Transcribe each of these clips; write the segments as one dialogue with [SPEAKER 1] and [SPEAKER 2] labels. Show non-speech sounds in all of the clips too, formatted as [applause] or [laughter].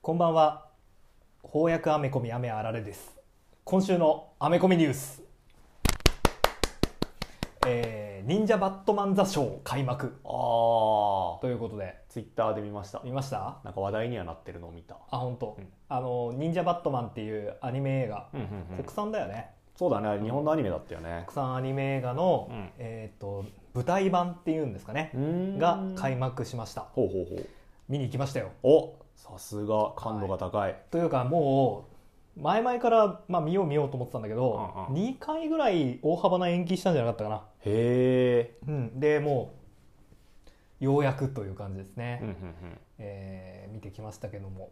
[SPEAKER 1] こんばんは翻訳アメコミ雨あられです今週のアメコミニュースえー、忍者バットマンザショー開幕
[SPEAKER 2] ああ
[SPEAKER 1] ということで
[SPEAKER 2] ツイッターで見ました
[SPEAKER 1] 見ました
[SPEAKER 2] なんか話題にはなってるのを見た
[SPEAKER 1] あ本当、
[SPEAKER 2] うん
[SPEAKER 1] あの忍者バットマンっていうアニメ映画、
[SPEAKER 2] うんうんうん
[SPEAKER 1] 国産だよね
[SPEAKER 2] そうだねあれ日本のアニメだったよね
[SPEAKER 1] 国産アニメ映画の、
[SPEAKER 2] うん
[SPEAKER 1] えーっと舞台版っていうんですかね、が開
[SPEAKER 2] 幕
[SPEAKER 1] 幕しました
[SPEAKER 2] ほうほう
[SPEAKER 1] 見に行きましたよ
[SPEAKER 2] ほうおさすが感度が高い、
[SPEAKER 1] というかもう前々から、まあ、見よう見ようと思ってたんだけど、
[SPEAKER 2] うんうん
[SPEAKER 1] 2回ぐらい大幅な延期したんじゃなかったか
[SPEAKER 2] へ
[SPEAKER 1] な、うん、でもうようやくという感じですね
[SPEAKER 2] え、、うんうんうん
[SPEAKER 1] えー見てきましたけども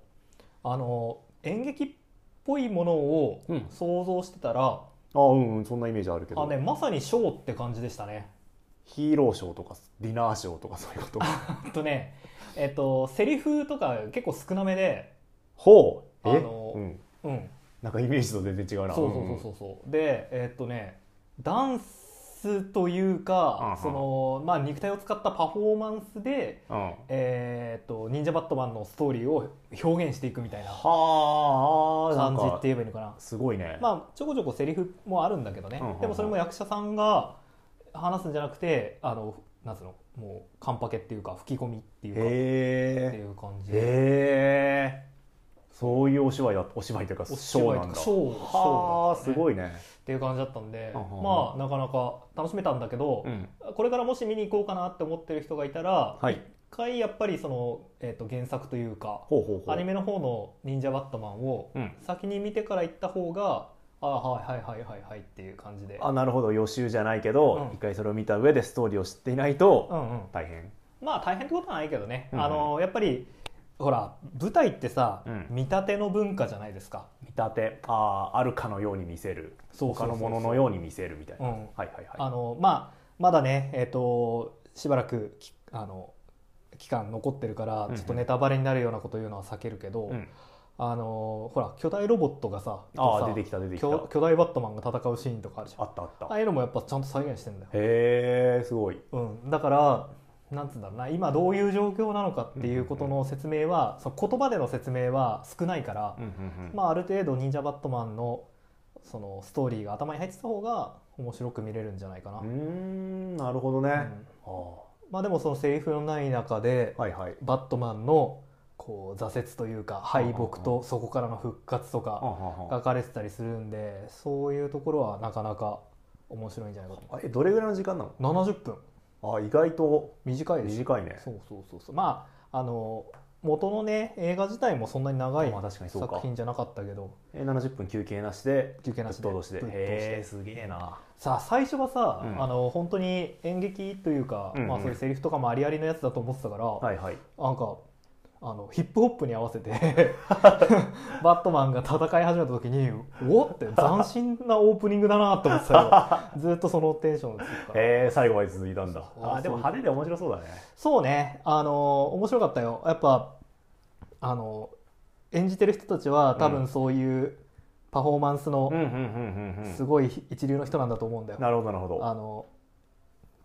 [SPEAKER 1] あの演劇っぽいものを
[SPEAKER 2] うん
[SPEAKER 1] 想像してたら、
[SPEAKER 2] あーうんうんそんなイメージあるけど
[SPEAKER 1] あね、まさにショーって感じでしたね。
[SPEAKER 2] ヒーローショーとかディナーショーとかそういう [laughs] こと
[SPEAKER 1] あとねえっとセリフとか結構少なめで、
[SPEAKER 2] ほうえ、
[SPEAKER 1] あの
[SPEAKER 2] うん、
[SPEAKER 1] うん、
[SPEAKER 2] なんかイメージと全然違うな
[SPEAKER 1] そうそうそうそうそうでえっとねダンスという
[SPEAKER 2] うんう
[SPEAKER 1] か
[SPEAKER 2] ん
[SPEAKER 1] そのまあ肉体を使ったパフォーマンスで
[SPEAKER 2] うん、うんは
[SPEAKER 1] えっと忍者バットマンのストーリーを表現していくみたいな
[SPEAKER 2] あ
[SPEAKER 1] 感じ
[SPEAKER 2] なん
[SPEAKER 1] っ
[SPEAKER 2] か
[SPEAKER 1] て言えばいいのかな
[SPEAKER 2] すごいね、
[SPEAKER 1] まあちょこちょこセリフもあるんだけどね
[SPEAKER 2] うんうんうん
[SPEAKER 1] でもそれも役者さんが話すんじゃなくてあのなんつうのもうカンパケっていうか吹き込みっていうかってい
[SPEAKER 2] へ
[SPEAKER 1] う感
[SPEAKER 2] え
[SPEAKER 1] じで
[SPEAKER 2] へえそういうお芝居だお芝居というか
[SPEAKER 1] お
[SPEAKER 2] ショ
[SPEAKER 1] 芝居
[SPEAKER 2] ーな
[SPEAKER 1] と
[SPEAKER 2] ん
[SPEAKER 1] か
[SPEAKER 2] だ
[SPEAKER 1] ショーショーだ
[SPEAKER 2] はあ
[SPEAKER 1] った
[SPEAKER 2] す
[SPEAKER 1] ね
[SPEAKER 2] ごいね、
[SPEAKER 1] っていう感じだったんで
[SPEAKER 2] うんうんうん
[SPEAKER 1] まあなかなか楽しめたんだけど
[SPEAKER 2] うん、
[SPEAKER 1] これからもし見に行こうかなって思ってる人がいたら一
[SPEAKER 2] はい
[SPEAKER 1] 回やっぱりその、えー、と原作というか
[SPEAKER 2] ほうほうほう
[SPEAKER 1] アニメの方の「忍者バットマン」を
[SPEAKER 2] うん
[SPEAKER 1] 先に見てから行った方がああはいはいはいはいはいっていう感じで
[SPEAKER 2] あなるほど予習じゃないけ
[SPEAKER 1] う
[SPEAKER 2] ど、
[SPEAKER 1] ん
[SPEAKER 2] 一回それを見た上でストーリーを知っていないと、
[SPEAKER 1] うんうん
[SPEAKER 2] 大変
[SPEAKER 1] まあ大変ってことはないけどね、
[SPEAKER 2] うんうん
[SPEAKER 1] あのやっぱりほら舞台ってさ、
[SPEAKER 2] うん
[SPEAKER 1] 見立ての文化じゃないですか
[SPEAKER 2] 見立てあーあるかのように見せる
[SPEAKER 1] そうそうそうそう
[SPEAKER 2] 他のもののように見せるみたいな、
[SPEAKER 1] うん
[SPEAKER 2] はいはいはい
[SPEAKER 1] あのまあまだねえっ、としばらくきあの期間残ってるから
[SPEAKER 2] うんうん
[SPEAKER 1] ちょっとネタバレになるようなこと言うのは避けるけど、
[SPEAKER 2] うん
[SPEAKER 1] あのほら巨大ロボットがさ
[SPEAKER 2] あ
[SPEAKER 1] さ
[SPEAKER 2] あ出てきた出てきた
[SPEAKER 1] 巨巨大バットマンが戦うシーンとかあるじゃん
[SPEAKER 2] あったあった、
[SPEAKER 1] ああいうのもやっぱちゃんと再現してんだよ、
[SPEAKER 2] へえすごい
[SPEAKER 1] うん、だからなんつうんだろうな今どういう状況なのかっていうことの説明は、その言葉での説明は少ないから、まあ、ある程度忍者バットマンのそのストーリーが頭に入ってた方が面白く見れるんじゃないかな、
[SPEAKER 2] うーんなるほどね、
[SPEAKER 1] うん
[SPEAKER 2] あ
[SPEAKER 1] まあでもそのセリフのない中で、
[SPEAKER 2] ーはいはい
[SPEAKER 1] バットマンのこう挫折というか敗北
[SPEAKER 2] うんうん
[SPEAKER 1] とそこからの復活と
[SPEAKER 2] あは
[SPEAKER 1] か
[SPEAKER 2] は
[SPEAKER 1] 書かれてたりするんでそういうところはなかなか面白いんじゃないかと
[SPEAKER 2] あえどれぐらいの時間なの
[SPEAKER 1] 70分
[SPEAKER 2] あ意外と
[SPEAKER 1] 短いです
[SPEAKER 2] 短いね
[SPEAKER 1] そうそうそうそうまああの元のね映画自体もそんなに長い
[SPEAKER 2] まあ確かにそうか
[SPEAKER 1] 作品じゃなかったけど
[SPEAKER 2] え70分休憩なしで
[SPEAKER 1] 休憩
[SPEAKER 2] ぶ
[SPEAKER 1] な
[SPEAKER 2] っ
[SPEAKER 1] しで
[SPEAKER 2] 通しで
[SPEAKER 1] ぶっ通し
[SPEAKER 2] へ
[SPEAKER 1] で
[SPEAKER 2] えすげえな
[SPEAKER 1] さあ最初はさ、
[SPEAKER 2] うん
[SPEAKER 1] あの本当に演劇というか、
[SPEAKER 2] うんうん
[SPEAKER 1] まあ、そういうセリフとかもありありのやつだと思ってたから、
[SPEAKER 2] はいはい
[SPEAKER 1] なんかあのヒップホップに合わせ
[SPEAKER 2] [laughs]
[SPEAKER 1] てバットマンが戦い始めた時におって斬新なオープニングだなと思ってたよずっとそのテンションでしたから
[SPEAKER 2] へえ最後まで続いたんだ
[SPEAKER 1] そう
[SPEAKER 2] あーでも派手で面白そうだね
[SPEAKER 1] そうねあの面白かったよやっぱあの演じてる人たちは多
[SPEAKER 2] う
[SPEAKER 1] 分
[SPEAKER 2] ん
[SPEAKER 1] そういうパフォーマンス
[SPEAKER 2] うん
[SPEAKER 1] の
[SPEAKER 2] うんうんうんう
[SPEAKER 1] す
[SPEAKER 2] ん
[SPEAKER 1] ごい一流の人なんだと思うんだよ、
[SPEAKER 2] なるほどなるほど
[SPEAKER 1] あの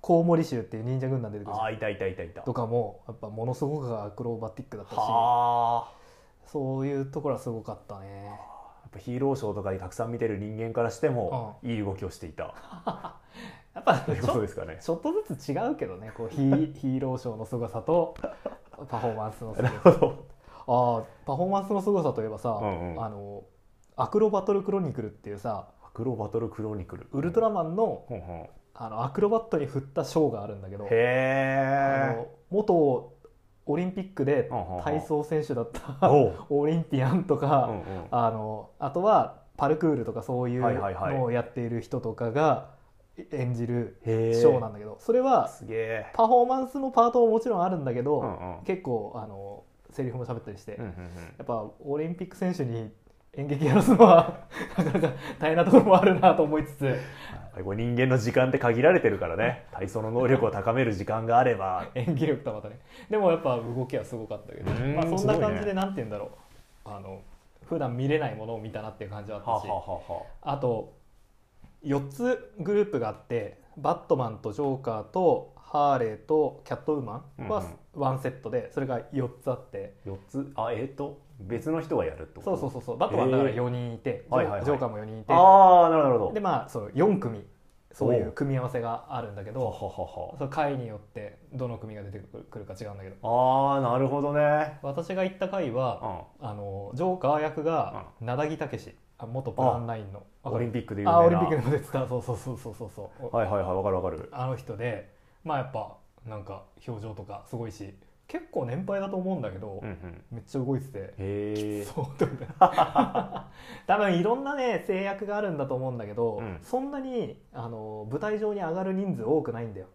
[SPEAKER 1] コウモリ衆っていう忍者軍団出てくるじゃん
[SPEAKER 2] あーいたいたいたいた
[SPEAKER 1] とかもやっぱものすごくアクロバティックだったし
[SPEAKER 2] は
[SPEAKER 1] そういうところはすごかったね
[SPEAKER 2] あやっぱヒーローショーとかでたくさん見てる人間からしてもいい動きをしていた
[SPEAKER 1] やっ
[SPEAKER 2] [laughs]
[SPEAKER 1] ぱち
[SPEAKER 2] ということ
[SPEAKER 1] ょ
[SPEAKER 2] で
[SPEAKER 1] [laughs]
[SPEAKER 2] すかね
[SPEAKER 1] ちょっとずつ違うけどねこうヒーヒーローショーの凄さ
[SPEAKER 2] [laughs]
[SPEAKER 1] とパフォーマンスの凄
[SPEAKER 2] な
[SPEAKER 1] さ
[SPEAKER 2] るほど
[SPEAKER 1] あーパフォーマンスの凄さといえばさ、
[SPEAKER 2] うんうん
[SPEAKER 1] あのアクロバトルクロニクルっていうさ
[SPEAKER 2] アクロバトルクロニクル
[SPEAKER 1] ウルトラマンの
[SPEAKER 2] ほんほん
[SPEAKER 1] あのアクロバットに振ったショーがあるんだけどあ
[SPEAKER 2] へえ
[SPEAKER 1] の元オリンピックで
[SPEAKER 2] うんうんうん
[SPEAKER 1] 体操選手だった
[SPEAKER 2] おう
[SPEAKER 1] オリンピアンとか、
[SPEAKER 2] うんうん
[SPEAKER 1] あのあとはパルクールとかそういう
[SPEAKER 2] はいはいはい
[SPEAKER 1] のをやっている人とかが演じる
[SPEAKER 2] へえ
[SPEAKER 1] ショーなんだけどそれは
[SPEAKER 2] すげえ
[SPEAKER 1] パフォーマンスのパートももちろんあるんだけ
[SPEAKER 2] うん
[SPEAKER 1] ど
[SPEAKER 2] うん
[SPEAKER 1] 結構あのセリフも喋ったりして
[SPEAKER 2] うんう
[SPEAKER 1] や
[SPEAKER 2] んうん
[SPEAKER 1] っぱオリンピック選手に演劇やらすのは [laughs] なかなか大変なところもあるなと思いつつ
[SPEAKER 2] やっぱりこう人間の時間って限られてるからね体操の能力を高める時間があれば
[SPEAKER 1] 演技力とはまたねでもやっぱ動きはすごかったけど、
[SPEAKER 2] うーん
[SPEAKER 1] まあ、そん
[SPEAKER 2] す
[SPEAKER 1] な
[SPEAKER 2] ごいね
[SPEAKER 1] 感じでなんて言うんだろうあの普段見れないものを見たなっていう感じはあっ
[SPEAKER 2] はあ
[SPEAKER 1] たし
[SPEAKER 2] は。あはあは
[SPEAKER 1] あと4つグループがあってバットマンとジョーカーとハーレーとキャットウーマン
[SPEAKER 2] う
[SPEAKER 1] は
[SPEAKER 2] ん
[SPEAKER 1] ワンセットでそれが4つあって
[SPEAKER 2] 4つあえっ、と別の人がやるってこと
[SPEAKER 1] そうそうそうそうバットマンだから4人いてジ
[SPEAKER 2] はいはいは
[SPEAKER 1] ョ
[SPEAKER 2] い
[SPEAKER 1] ジョーカーも4人いて
[SPEAKER 2] ああなるほどなるほど
[SPEAKER 1] でまあそう4組そういう組み合わせがあるんだけ
[SPEAKER 2] はは
[SPEAKER 1] ど
[SPEAKER 2] は
[SPEAKER 1] その回によってどの組が出てくるか違うんだけど
[SPEAKER 2] はああなるほどね
[SPEAKER 1] 私が行った回は
[SPEAKER 2] う
[SPEAKER 1] あのジョーカー役が名田木武史あ元プランナインの
[SPEAKER 2] んオリン
[SPEAKER 1] ピ
[SPEAKER 2] ピックで
[SPEAKER 1] ッ
[SPEAKER 2] 有名な
[SPEAKER 1] あオリンピックでも出てたそうそうそうそうそうそう
[SPEAKER 2] はいはいはいわかるわかる
[SPEAKER 1] あの人でまあやっぱなんか表情とかすごいし結構年配だと思うんだけど、
[SPEAKER 2] うんうん
[SPEAKER 1] めっちゃ動いてて
[SPEAKER 2] へえ
[SPEAKER 1] そうと思って多分いろんなね制約があるんだと思うんだけど、
[SPEAKER 2] うん
[SPEAKER 1] そんなにあの舞台上に上がる人数多くないんだよ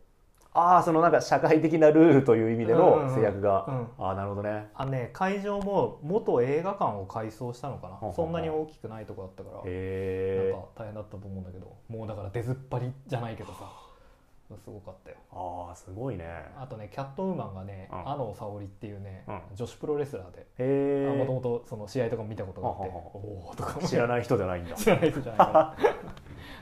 [SPEAKER 2] ああそのなんか社会的なルールという意味で
[SPEAKER 1] うんうんう
[SPEAKER 2] の
[SPEAKER 1] ん
[SPEAKER 2] 制約が、
[SPEAKER 1] うん
[SPEAKER 2] ああなるほどね
[SPEAKER 1] あのね会場も元映画館を改装したのか
[SPEAKER 2] ほうほう
[SPEAKER 1] なそんなに大きくないとこだったからなん
[SPEAKER 2] へえ
[SPEAKER 1] か大変だったと思うんだけどもうだから出ずっぱりじゃないけどさすごかったよ
[SPEAKER 2] ああすごいね
[SPEAKER 1] あとねキャットウーマンがね、
[SPEAKER 2] うん
[SPEAKER 1] 阿野沙織っていうね、
[SPEAKER 2] う
[SPEAKER 1] 女子プロレスラーで
[SPEAKER 2] へ
[SPEAKER 1] もと
[SPEAKER 2] え
[SPEAKER 1] もとその試合とかも見たことがあって
[SPEAKER 2] はははは
[SPEAKER 1] おおとか
[SPEAKER 2] 知らない人じゃないんだ
[SPEAKER 1] 知らない人じゃないから [laughs]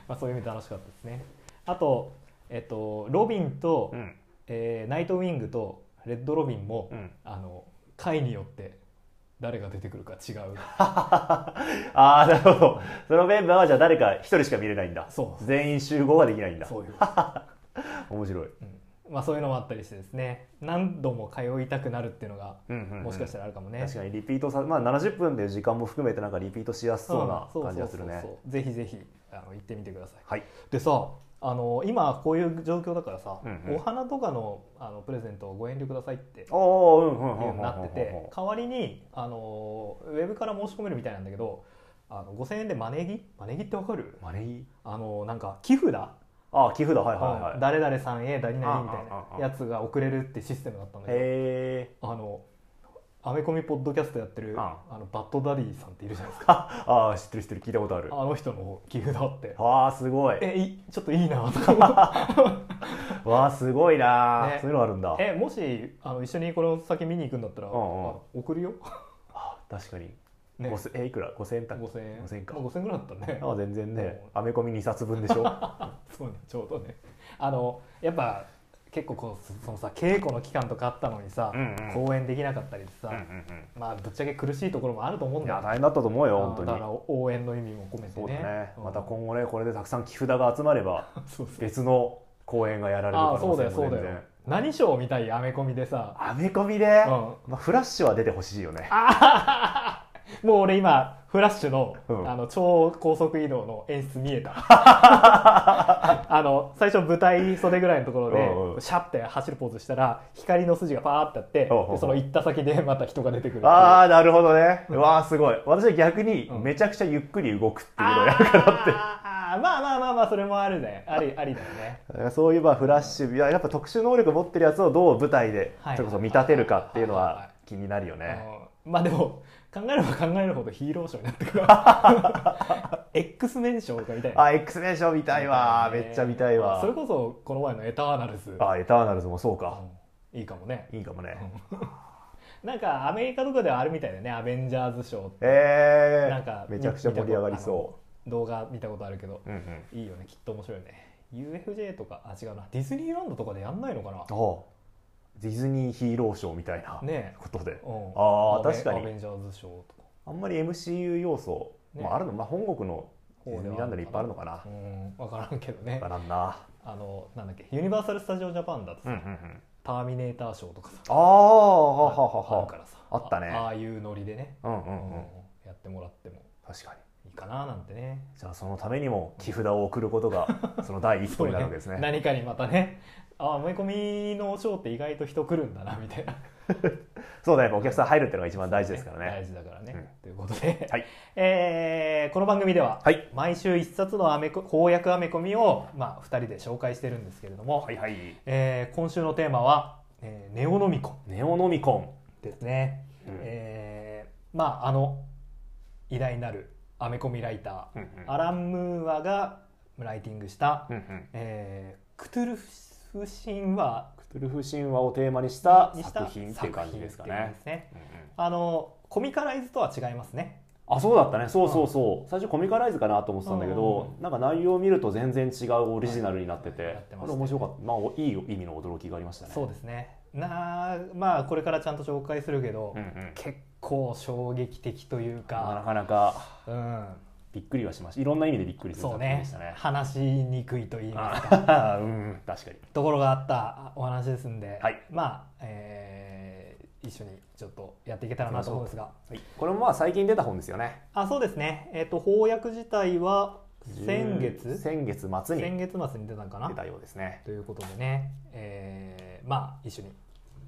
[SPEAKER 1] まあそういう意味で楽しかったですねあと、えっと、ロビンと、
[SPEAKER 2] うん
[SPEAKER 1] えーナイトウィングとレッドロビンも、
[SPEAKER 2] うん
[SPEAKER 1] あの回によって誰が出てくるか違う
[SPEAKER 2] ああなるほどそのメンバーはじゃあ誰か一人しか見れないんだ
[SPEAKER 1] そう
[SPEAKER 2] 全員集合はできない [laughs] んだ
[SPEAKER 1] そういう、
[SPEAKER 2] 面白い、
[SPEAKER 1] うんまあ、そういうのもあったりしてですね何度も通いたくなるっていうのが
[SPEAKER 2] うんうんうん
[SPEAKER 1] もしかしたらあるかもね、
[SPEAKER 2] 確かにリピートさ、まあ、70分で時間も含めてなんかリピートしやすそうな感じがする
[SPEAKER 1] うん
[SPEAKER 2] ね
[SPEAKER 1] そうそうそうそうぜひぜひあの行ってみてください
[SPEAKER 2] はい
[SPEAKER 1] でさあの今こういう状況だからさ、
[SPEAKER 2] うんうん
[SPEAKER 1] お花とかのあのプレゼントをご遠慮くださいっていう
[SPEAKER 2] ああうんうんうん
[SPEAKER 1] よ
[SPEAKER 2] う
[SPEAKER 1] うんになってて代わりにあのウェブから申し込めるみたいなんだけどあの5000円でマネギマネギってわかる
[SPEAKER 2] マネー
[SPEAKER 1] あのなんか寄付だ、
[SPEAKER 2] ああ寄付だはいはいはい
[SPEAKER 1] 誰々さんへ何々みたい
[SPEAKER 2] ああ
[SPEAKER 1] な
[SPEAKER 2] ああ
[SPEAKER 1] やつが送れるってシステムだったんだけど
[SPEAKER 2] へえ
[SPEAKER 1] あのアメコミポッドキャストやってる
[SPEAKER 2] あ
[SPEAKER 1] あのバッドダディさんっているじゃないですか
[SPEAKER 2] [laughs] ああ知ってる知ってる聞いたことある
[SPEAKER 1] あの人の寄付だって
[SPEAKER 2] わあすごい
[SPEAKER 1] えいちょっといいなとか思
[SPEAKER 2] [laughs]
[SPEAKER 1] って
[SPEAKER 2] わあすごいな、
[SPEAKER 1] ね
[SPEAKER 2] そういうのあるんだ
[SPEAKER 1] えもしあの一緒にこの先見に行くんだったら、
[SPEAKER 2] うんうん
[SPEAKER 1] あ送るよ、
[SPEAKER 2] あ確かに、
[SPEAKER 1] ね、
[SPEAKER 2] 五千えいくら5000円だっけ
[SPEAKER 1] 5000円
[SPEAKER 2] 5000円か
[SPEAKER 1] まあ、5000円ぐらいだったね
[SPEAKER 2] ああ全然ねアメコミ2冊分
[SPEAKER 1] [laughs]
[SPEAKER 2] でしょ
[SPEAKER 1] そうねちょうどねあのやっぱ結構こうそのさ稽古の期間とかあったのにさ、
[SPEAKER 2] うんうん
[SPEAKER 1] 公演できなかったりでさ、
[SPEAKER 2] うんうん
[SPEAKER 1] まあぶっちゃけ苦しいところもあると思う
[SPEAKER 2] うんんい
[SPEAKER 1] だ
[SPEAKER 2] や
[SPEAKER 1] よ
[SPEAKER 2] 大変だったと思うよ本当
[SPEAKER 1] あ
[SPEAKER 2] に
[SPEAKER 1] のだから応援の意味も込めて
[SPEAKER 2] そうだ
[SPEAKER 1] ね
[SPEAKER 2] ね
[SPEAKER 1] うん
[SPEAKER 2] また今後ねこれでたくさん寄付札が集まれば
[SPEAKER 1] そうそう
[SPEAKER 2] 別の公演がやられる
[SPEAKER 1] あ
[SPEAKER 2] 可
[SPEAKER 1] あそ
[SPEAKER 2] 能
[SPEAKER 1] うだよ
[SPEAKER 2] 性
[SPEAKER 1] そ
[SPEAKER 2] も
[SPEAKER 1] うだ
[SPEAKER 2] 全
[SPEAKER 1] よ
[SPEAKER 2] 然
[SPEAKER 1] 何賞みたいアメコミでさ、
[SPEAKER 2] アメコミで、
[SPEAKER 1] うん、
[SPEAKER 2] まあ、フラッシュは出てほしいよね
[SPEAKER 1] もう俺今フラッシュの,、
[SPEAKER 2] うん
[SPEAKER 1] あの超高速移動の演出見え
[SPEAKER 2] [laughs]
[SPEAKER 1] たあの最初舞台袖ぐらいのところで
[SPEAKER 2] うんうん
[SPEAKER 1] シャッて走るポーズしたら光の筋がパーってあって
[SPEAKER 2] うんうんうん
[SPEAKER 1] でその行った先でまた人が出てくるっていう
[SPEAKER 2] ああなるほどねうわあすごい私は逆にめちゃくちゃゆっくり動くっていうのをやるからって
[SPEAKER 1] あーまあまあまあまあそれもあるね
[SPEAKER 2] [laughs]
[SPEAKER 1] ありありだよね
[SPEAKER 2] だから [laughs] そういえばフラッシュいややっぱ特殊能力持ってるやつをどう舞台で
[SPEAKER 1] はい
[SPEAKER 2] それこそ見立てるかっていうの
[SPEAKER 1] はいはい
[SPEAKER 2] は
[SPEAKER 1] は
[SPEAKER 2] 気になるよね
[SPEAKER 1] うんまあでも考えれば考えるほどヒーローショーになってくる
[SPEAKER 2] [laughs]
[SPEAKER 1] わ X メンショーとかみたいな
[SPEAKER 2] あ X メンション見たいわめっちゃ見たいわ
[SPEAKER 1] それこそこの前の「エターナルズ」
[SPEAKER 2] あエターナルズもそうか
[SPEAKER 1] うんいいかもね
[SPEAKER 2] いいかもね
[SPEAKER 1] なんかアメリカとかではあるみたいだよねアベンジャーズショーって
[SPEAKER 2] え
[SPEAKER 1] なんか
[SPEAKER 2] ーめちゃくちゃ盛り上がりそう
[SPEAKER 1] 動画見たことあるけど
[SPEAKER 2] ううんうん
[SPEAKER 1] いいよねきっと面白いよね UFJ とかあ違うなディズニーランドとかでやんないのかな
[SPEAKER 2] あディズニーヒーローショーみたいな
[SPEAKER 1] ね
[SPEAKER 2] ことで
[SPEAKER 1] え、うん
[SPEAKER 2] あー
[SPEAKER 1] アベ
[SPEAKER 2] 確かに
[SPEAKER 1] アベンジャーズショーとか
[SPEAKER 2] あんまり MCU 要素、
[SPEAKER 1] ね
[SPEAKER 2] まあ、あるの、まあ、本国のデ
[SPEAKER 1] 方では
[SPEAKER 2] ィズニーランドにいっぱいあるのかな
[SPEAKER 1] うん分からんけどね
[SPEAKER 2] わからんな、
[SPEAKER 1] あのなんだっけユニバーサル・スタジオ・ジャパンだとさ、
[SPEAKER 2] うんうんうん、
[SPEAKER 1] ターミネーターショーとかさ
[SPEAKER 2] ああは
[SPEAKER 1] あ
[SPEAKER 2] はは
[SPEAKER 1] る
[SPEAKER 2] は
[SPEAKER 1] からさ
[SPEAKER 2] あったね
[SPEAKER 1] ああいうノリでね、
[SPEAKER 2] うんう
[SPEAKER 1] うん
[SPEAKER 2] うん
[SPEAKER 1] やってもらっても
[SPEAKER 2] 確か
[SPEAKER 1] い
[SPEAKER 2] に
[SPEAKER 1] いかななんてね
[SPEAKER 2] じゃあそのためにも木札を送るこ
[SPEAKER 1] [laughs]
[SPEAKER 2] とがその第一歩になるわけですね
[SPEAKER 1] 何かにまたねあ思い込みのショーって意外と人来るんだなみたいな
[SPEAKER 2] そうだねやっぱお客さん入るっていうのが一番大事ですからね
[SPEAKER 1] 大事だからね、
[SPEAKER 2] うん
[SPEAKER 1] ということで、
[SPEAKER 2] はい
[SPEAKER 1] [laughs] えーこの番組では、
[SPEAKER 2] はい
[SPEAKER 1] 毎週一冊のアメコ翻訳アメコミを、まあ、2人で紹介してるんですけれども、
[SPEAKER 2] はいはい
[SPEAKER 1] えー今週のテーマは、えーネオノミコ
[SPEAKER 2] ネオノミコン、
[SPEAKER 1] ですね、えーまああの偉大なるアメコミライター、
[SPEAKER 2] うんうん
[SPEAKER 1] アラン・ムーアがライティングした、
[SPEAKER 2] うんうん
[SPEAKER 1] えークトゥルフ神話
[SPEAKER 2] クトゥルフ神話をテーマにした
[SPEAKER 1] にした
[SPEAKER 2] 作品っていう感じですか
[SPEAKER 1] 作品っていう感じ
[SPEAKER 2] ね
[SPEAKER 1] ですね
[SPEAKER 2] うんうん
[SPEAKER 1] あのコミカライズとは違いますね
[SPEAKER 2] あそうだったねそうそうそう、最初コミカライズかなと思ってたんだけど、なんか内容を見ると全然違うオリジナルになってて、
[SPEAKER 1] はいやってま
[SPEAKER 2] こ
[SPEAKER 1] すね
[SPEAKER 2] れ面白かった、まあ、おいい意味の驚きがありましたね
[SPEAKER 1] そうですねなあまあこれからちゃんと紹介するけど、
[SPEAKER 2] うんうん
[SPEAKER 1] 結構衝撃的という
[SPEAKER 2] まあな
[SPEAKER 1] か、
[SPEAKER 2] かなか
[SPEAKER 1] うん、
[SPEAKER 2] びっくりはしましたいろんな意味でびっくりする
[SPEAKER 1] そう
[SPEAKER 2] 作品で
[SPEAKER 1] ね
[SPEAKER 2] したね
[SPEAKER 1] 話しにくいと言いますか
[SPEAKER 2] あ [laughs] うん確かに
[SPEAKER 1] ところがあったお話ですんで、
[SPEAKER 2] はい
[SPEAKER 1] まあ、えー一緒にちょっとやっていけたらなと思うんですが
[SPEAKER 2] これもまあ最近出た本ですよね
[SPEAKER 1] あそうですね、えっと翻訳自体は先
[SPEAKER 2] うん
[SPEAKER 1] 月
[SPEAKER 2] 先月末
[SPEAKER 1] 先
[SPEAKER 2] に
[SPEAKER 1] 月末に出たのかな
[SPEAKER 2] 出たようですね
[SPEAKER 1] ということでね、えーまあ一緒に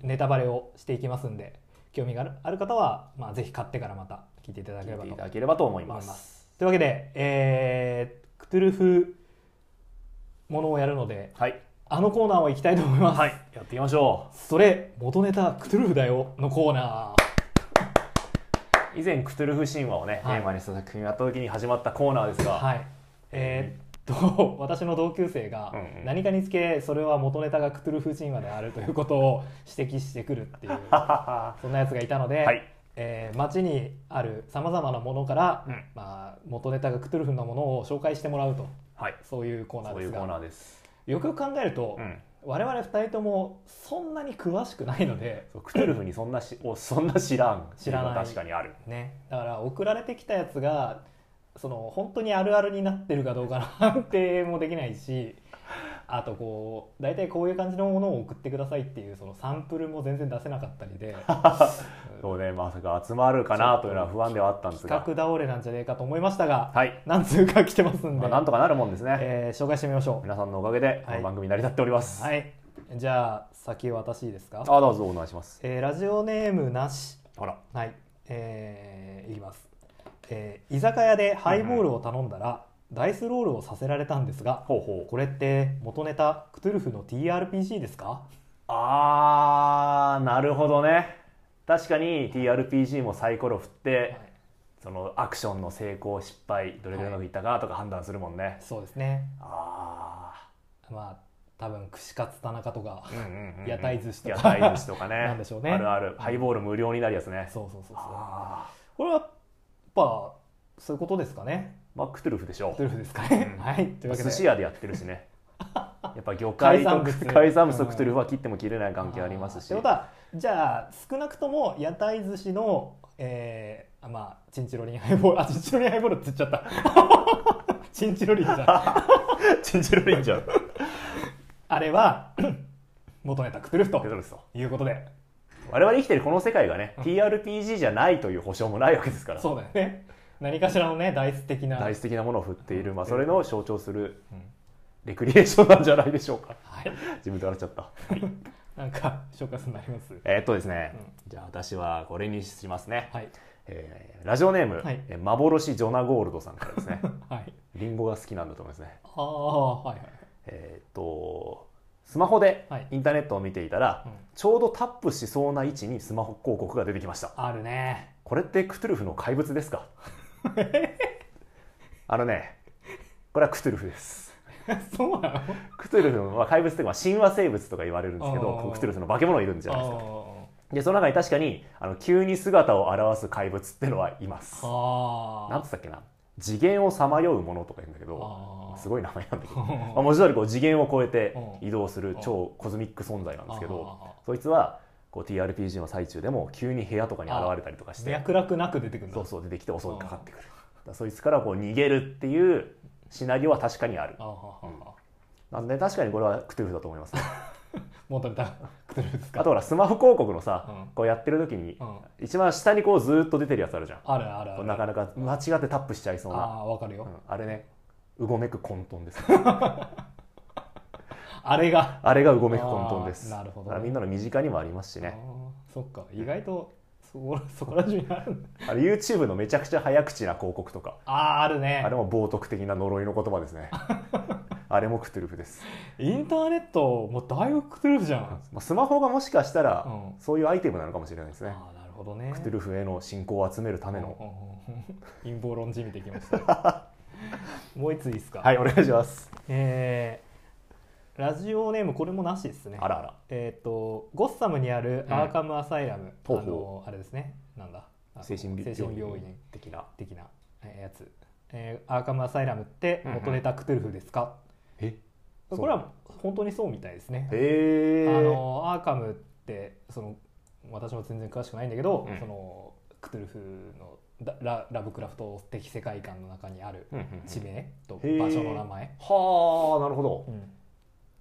[SPEAKER 1] ネタバレをしていきますんで興味があるある方は、まあ、ぜひ買ってからまた聞いていただけ
[SPEAKER 2] 聞
[SPEAKER 1] れ
[SPEAKER 2] い
[SPEAKER 1] ば
[SPEAKER 2] てい
[SPEAKER 1] と
[SPEAKER 2] ただければと思
[SPEAKER 1] 思
[SPEAKER 2] い
[SPEAKER 1] い
[SPEAKER 2] ま
[SPEAKER 1] ますす。というわけで、えークトゥルフものをやるので
[SPEAKER 2] はい
[SPEAKER 1] あのコーナーを行きたいと思います。
[SPEAKER 2] はいやっていきましょ
[SPEAKER 1] それ元ネタクトゥルフだよのコーナ
[SPEAKER 2] う以前クトゥルフ神話をね、
[SPEAKER 1] はい
[SPEAKER 2] テーマにした作品をやった時に始まったコーナーですが、
[SPEAKER 1] ー。はい。えーっと私の同級生が
[SPEAKER 2] うんうん
[SPEAKER 1] 何かにつけそれは元ネタがクトゥルフ神話であるということを指摘してくるって
[SPEAKER 2] [laughs]
[SPEAKER 1] いうそんなやつがいたので、
[SPEAKER 2] はい
[SPEAKER 1] えー街にあるさまざまなものから、
[SPEAKER 2] うん
[SPEAKER 1] まあ、元ネタがクトゥルフのものを紹介してもらうと
[SPEAKER 2] はい
[SPEAKER 1] そういうコーナー
[SPEAKER 2] そう
[SPEAKER 1] で
[SPEAKER 2] い
[SPEAKER 1] す
[SPEAKER 2] うコー
[SPEAKER 1] が
[SPEAKER 2] ナーです、
[SPEAKER 1] よくよく考えると、
[SPEAKER 2] うん、
[SPEAKER 1] 我々二人ともそんなに詳しくないので、
[SPEAKER 2] そうクトゥルフにそんなしおそんな知らん
[SPEAKER 1] 知らない
[SPEAKER 2] 確かにある
[SPEAKER 1] ね、だから送られてきたやつがその本当にあるあるになってるかどうかの判定もできないしあとこう大体こういう感じのものを送ってくださいっていうそのサンプルも全然出せなかったりで
[SPEAKER 2] そうねまさか集まるかなというのは不安ではあったんです
[SPEAKER 1] 企
[SPEAKER 2] が
[SPEAKER 1] 画倒れなんじゃねえかと思いましたが、
[SPEAKER 2] はい、
[SPEAKER 1] 何通か来てますんで、
[SPEAKER 2] まあ、なんとかなるもんですね、
[SPEAKER 1] えー紹介してみましょ
[SPEAKER 2] 皆さんのおかげでこの番組成り立っております、
[SPEAKER 1] うはいじゃあ先私ですか、
[SPEAKER 2] あどうぞお願いします
[SPEAKER 1] えーラジオネームなし
[SPEAKER 2] あら
[SPEAKER 1] はい、えーいきます、えー居酒屋でハイボールを頼んだら、ダイスロールをさせられたんですが
[SPEAKER 2] ほうほう
[SPEAKER 1] これって元ネタクトゥルフの TRPG ですか
[SPEAKER 2] あーなるほどね確かに TRPG もサイコロ振って、そのアクションの成功失敗どれぐらいのくいったかとか判断するもんね、
[SPEAKER 1] そうですね
[SPEAKER 2] あ
[SPEAKER 1] まあ多分串カツ田中とか
[SPEAKER 2] あ、うんうんうんうん
[SPEAKER 1] 屋台寿司とか
[SPEAKER 2] 屋台寿司とかね
[SPEAKER 1] [laughs] なんでしょうね
[SPEAKER 2] あるあるハイボール無料になるやつね
[SPEAKER 1] そうそうそうそう
[SPEAKER 2] ああ
[SPEAKER 1] これはやっぱそういうことですかね
[SPEAKER 2] まあクトゥルフでしょ
[SPEAKER 1] クトゥルフですかね、
[SPEAKER 2] うん
[SPEAKER 1] はいというわけで
[SPEAKER 2] 寿司屋でやってるし
[SPEAKER 1] [laughs]
[SPEAKER 2] ねやっぱ魚
[SPEAKER 1] 海
[SPEAKER 2] 介と
[SPEAKER 1] 産物
[SPEAKER 2] 海産物とクトゥルフは切っても切れない関係あります
[SPEAKER 1] っ
[SPEAKER 2] して
[SPEAKER 1] ことはじゃあ少なくとも屋台寿司のえー、あまあチンチロリンハイボールあチンチロリンハイボールって言っちゃった [laughs] チンチロリンじゃん
[SPEAKER 2] チンチロリンジャ
[SPEAKER 1] [laughs]
[SPEAKER 2] ーク
[SPEAKER 1] あれは [clears throat] 元ネタクトゥルフと
[SPEAKER 2] トゥルフと
[SPEAKER 1] いうことで
[SPEAKER 2] 我々生きてるこの世界がね TRPG じゃないという保証もないわけですから
[SPEAKER 1] そうだよね何かしらのねダイス的な
[SPEAKER 2] 大素敵なものを振っている、まあ、それのを象徴する
[SPEAKER 1] うん
[SPEAKER 2] レクリエーションなんじゃないでしょうか
[SPEAKER 1] はい
[SPEAKER 2] 自分で笑っちゃった
[SPEAKER 1] なんか紹介するのあります
[SPEAKER 2] えーっとですね、じゃあ私はこれにしますね、
[SPEAKER 1] はい
[SPEAKER 2] えーラジオネーム、
[SPEAKER 1] はい
[SPEAKER 2] えー幻ジョナゴールドさんからですね [laughs]
[SPEAKER 1] はい
[SPEAKER 2] リンゴが好きなんだと思いますね
[SPEAKER 1] ああはいはい
[SPEAKER 2] えーっとスマホで
[SPEAKER 1] はい
[SPEAKER 2] インターネットを見ていたら、
[SPEAKER 1] うん
[SPEAKER 2] ちょうどタップしそうな位置にスマホ広告が出てきました
[SPEAKER 1] あるね [laughs]
[SPEAKER 2] これってクトゥルフの怪物ですかあのねこれはクトゥルフです
[SPEAKER 1] そうなの
[SPEAKER 2] クトゥルフは怪物というか神話生物とか言われるんですけ
[SPEAKER 1] あ
[SPEAKER 2] ど
[SPEAKER 1] ー
[SPEAKER 2] クトゥルフの化け物いるんじゃないですか
[SPEAKER 1] あ
[SPEAKER 2] でその中に確かにあの急に姿を現す怪物ってのはいます
[SPEAKER 1] ーあー
[SPEAKER 2] なんつったっけな次元をさまようものとか言うんだけど
[SPEAKER 1] あ
[SPEAKER 2] すごい名前なんだけど、まあ、
[SPEAKER 1] ごい
[SPEAKER 2] 文字通りこう次元を超えて
[SPEAKER 1] うん
[SPEAKER 2] 移動す
[SPEAKER 1] う
[SPEAKER 2] る
[SPEAKER 1] ん
[SPEAKER 2] 超コズミック存在なんですけど
[SPEAKER 1] ど
[SPEAKER 2] そいつはこう TRPG の最中でも急に部屋とかに現れたりとかし
[SPEAKER 1] [laughs]
[SPEAKER 2] て
[SPEAKER 1] 脈絡なく出てくるんだ
[SPEAKER 2] そうそう出てきて襲いかかってくるだからそいつからこう逃げるっていうシナリオは確かにある
[SPEAKER 1] あーはーはーはー
[SPEAKER 2] なんで確かにこれはクトゥルフだと思いますね
[SPEAKER 1] 元ネタクトゥルフですか
[SPEAKER 2] あとほらスマホ広告のさ、
[SPEAKER 1] うん
[SPEAKER 2] こうやってる時に
[SPEAKER 1] うん
[SPEAKER 2] 一番下にこうずーっと出てるやつあるじゃん
[SPEAKER 1] あるあるあ
[SPEAKER 2] こう
[SPEAKER 1] る
[SPEAKER 2] なかなか間違ってタップしちゃいそうな
[SPEAKER 1] ああーわかる
[SPEAKER 2] う
[SPEAKER 1] よ
[SPEAKER 2] んあれねうごめく混沌です [laughs]
[SPEAKER 1] あれが
[SPEAKER 2] あれがうごめく混沌です
[SPEAKER 1] あーなるほどね
[SPEAKER 2] だからみんなの身近にもありますしね
[SPEAKER 1] あーそっか意外とそこそこら [laughs] 中にあるんだ
[SPEAKER 2] あれ YouTube のめちゃくちゃ早口な広告とか
[SPEAKER 1] あーあるね
[SPEAKER 2] あれも冒涜的な呪いの言葉ですね
[SPEAKER 1] [laughs]
[SPEAKER 2] あれもクトゥルフです、
[SPEAKER 1] インターネットもうだいぶクトゥルフじゃん
[SPEAKER 2] まあ、スマホがもしかしたら、
[SPEAKER 1] うん
[SPEAKER 2] そういうアイテムなのかもしれないですね
[SPEAKER 1] ああなるほどね
[SPEAKER 2] クトゥルフへの信仰を集めるための
[SPEAKER 1] うんうんうん陰謀論じみてきました
[SPEAKER 2] [laughs]
[SPEAKER 1] もう一ついいですか、
[SPEAKER 2] はいお願いします
[SPEAKER 1] えーラジオネームこれもなしですね
[SPEAKER 2] あらあら
[SPEAKER 1] えっ、とゴッサムにあるアーカムアサイラム、
[SPEAKER 2] ほう
[SPEAKER 1] あ
[SPEAKER 2] ほ
[SPEAKER 1] のあれですねなんだあの
[SPEAKER 2] 精神病
[SPEAKER 1] 精神病
[SPEAKER 2] 院
[SPEAKER 1] 院
[SPEAKER 2] 的な
[SPEAKER 1] 的なえーやつ、えーアーカムアサイラムって
[SPEAKER 2] うんうん
[SPEAKER 1] 元ネタクトゥルフですか、
[SPEAKER 2] えそう
[SPEAKER 1] これは本当にそうみたいですね、
[SPEAKER 2] へえ
[SPEAKER 1] あのアーカムってその私も全然詳しくないんだけど、
[SPEAKER 2] うん
[SPEAKER 1] そのクトゥルフのだララブクラフト的世界観の中にある
[SPEAKER 2] うんうんうん
[SPEAKER 1] 地名と
[SPEAKER 2] へー
[SPEAKER 1] 場所の名前、
[SPEAKER 2] はあなるほど
[SPEAKER 1] うん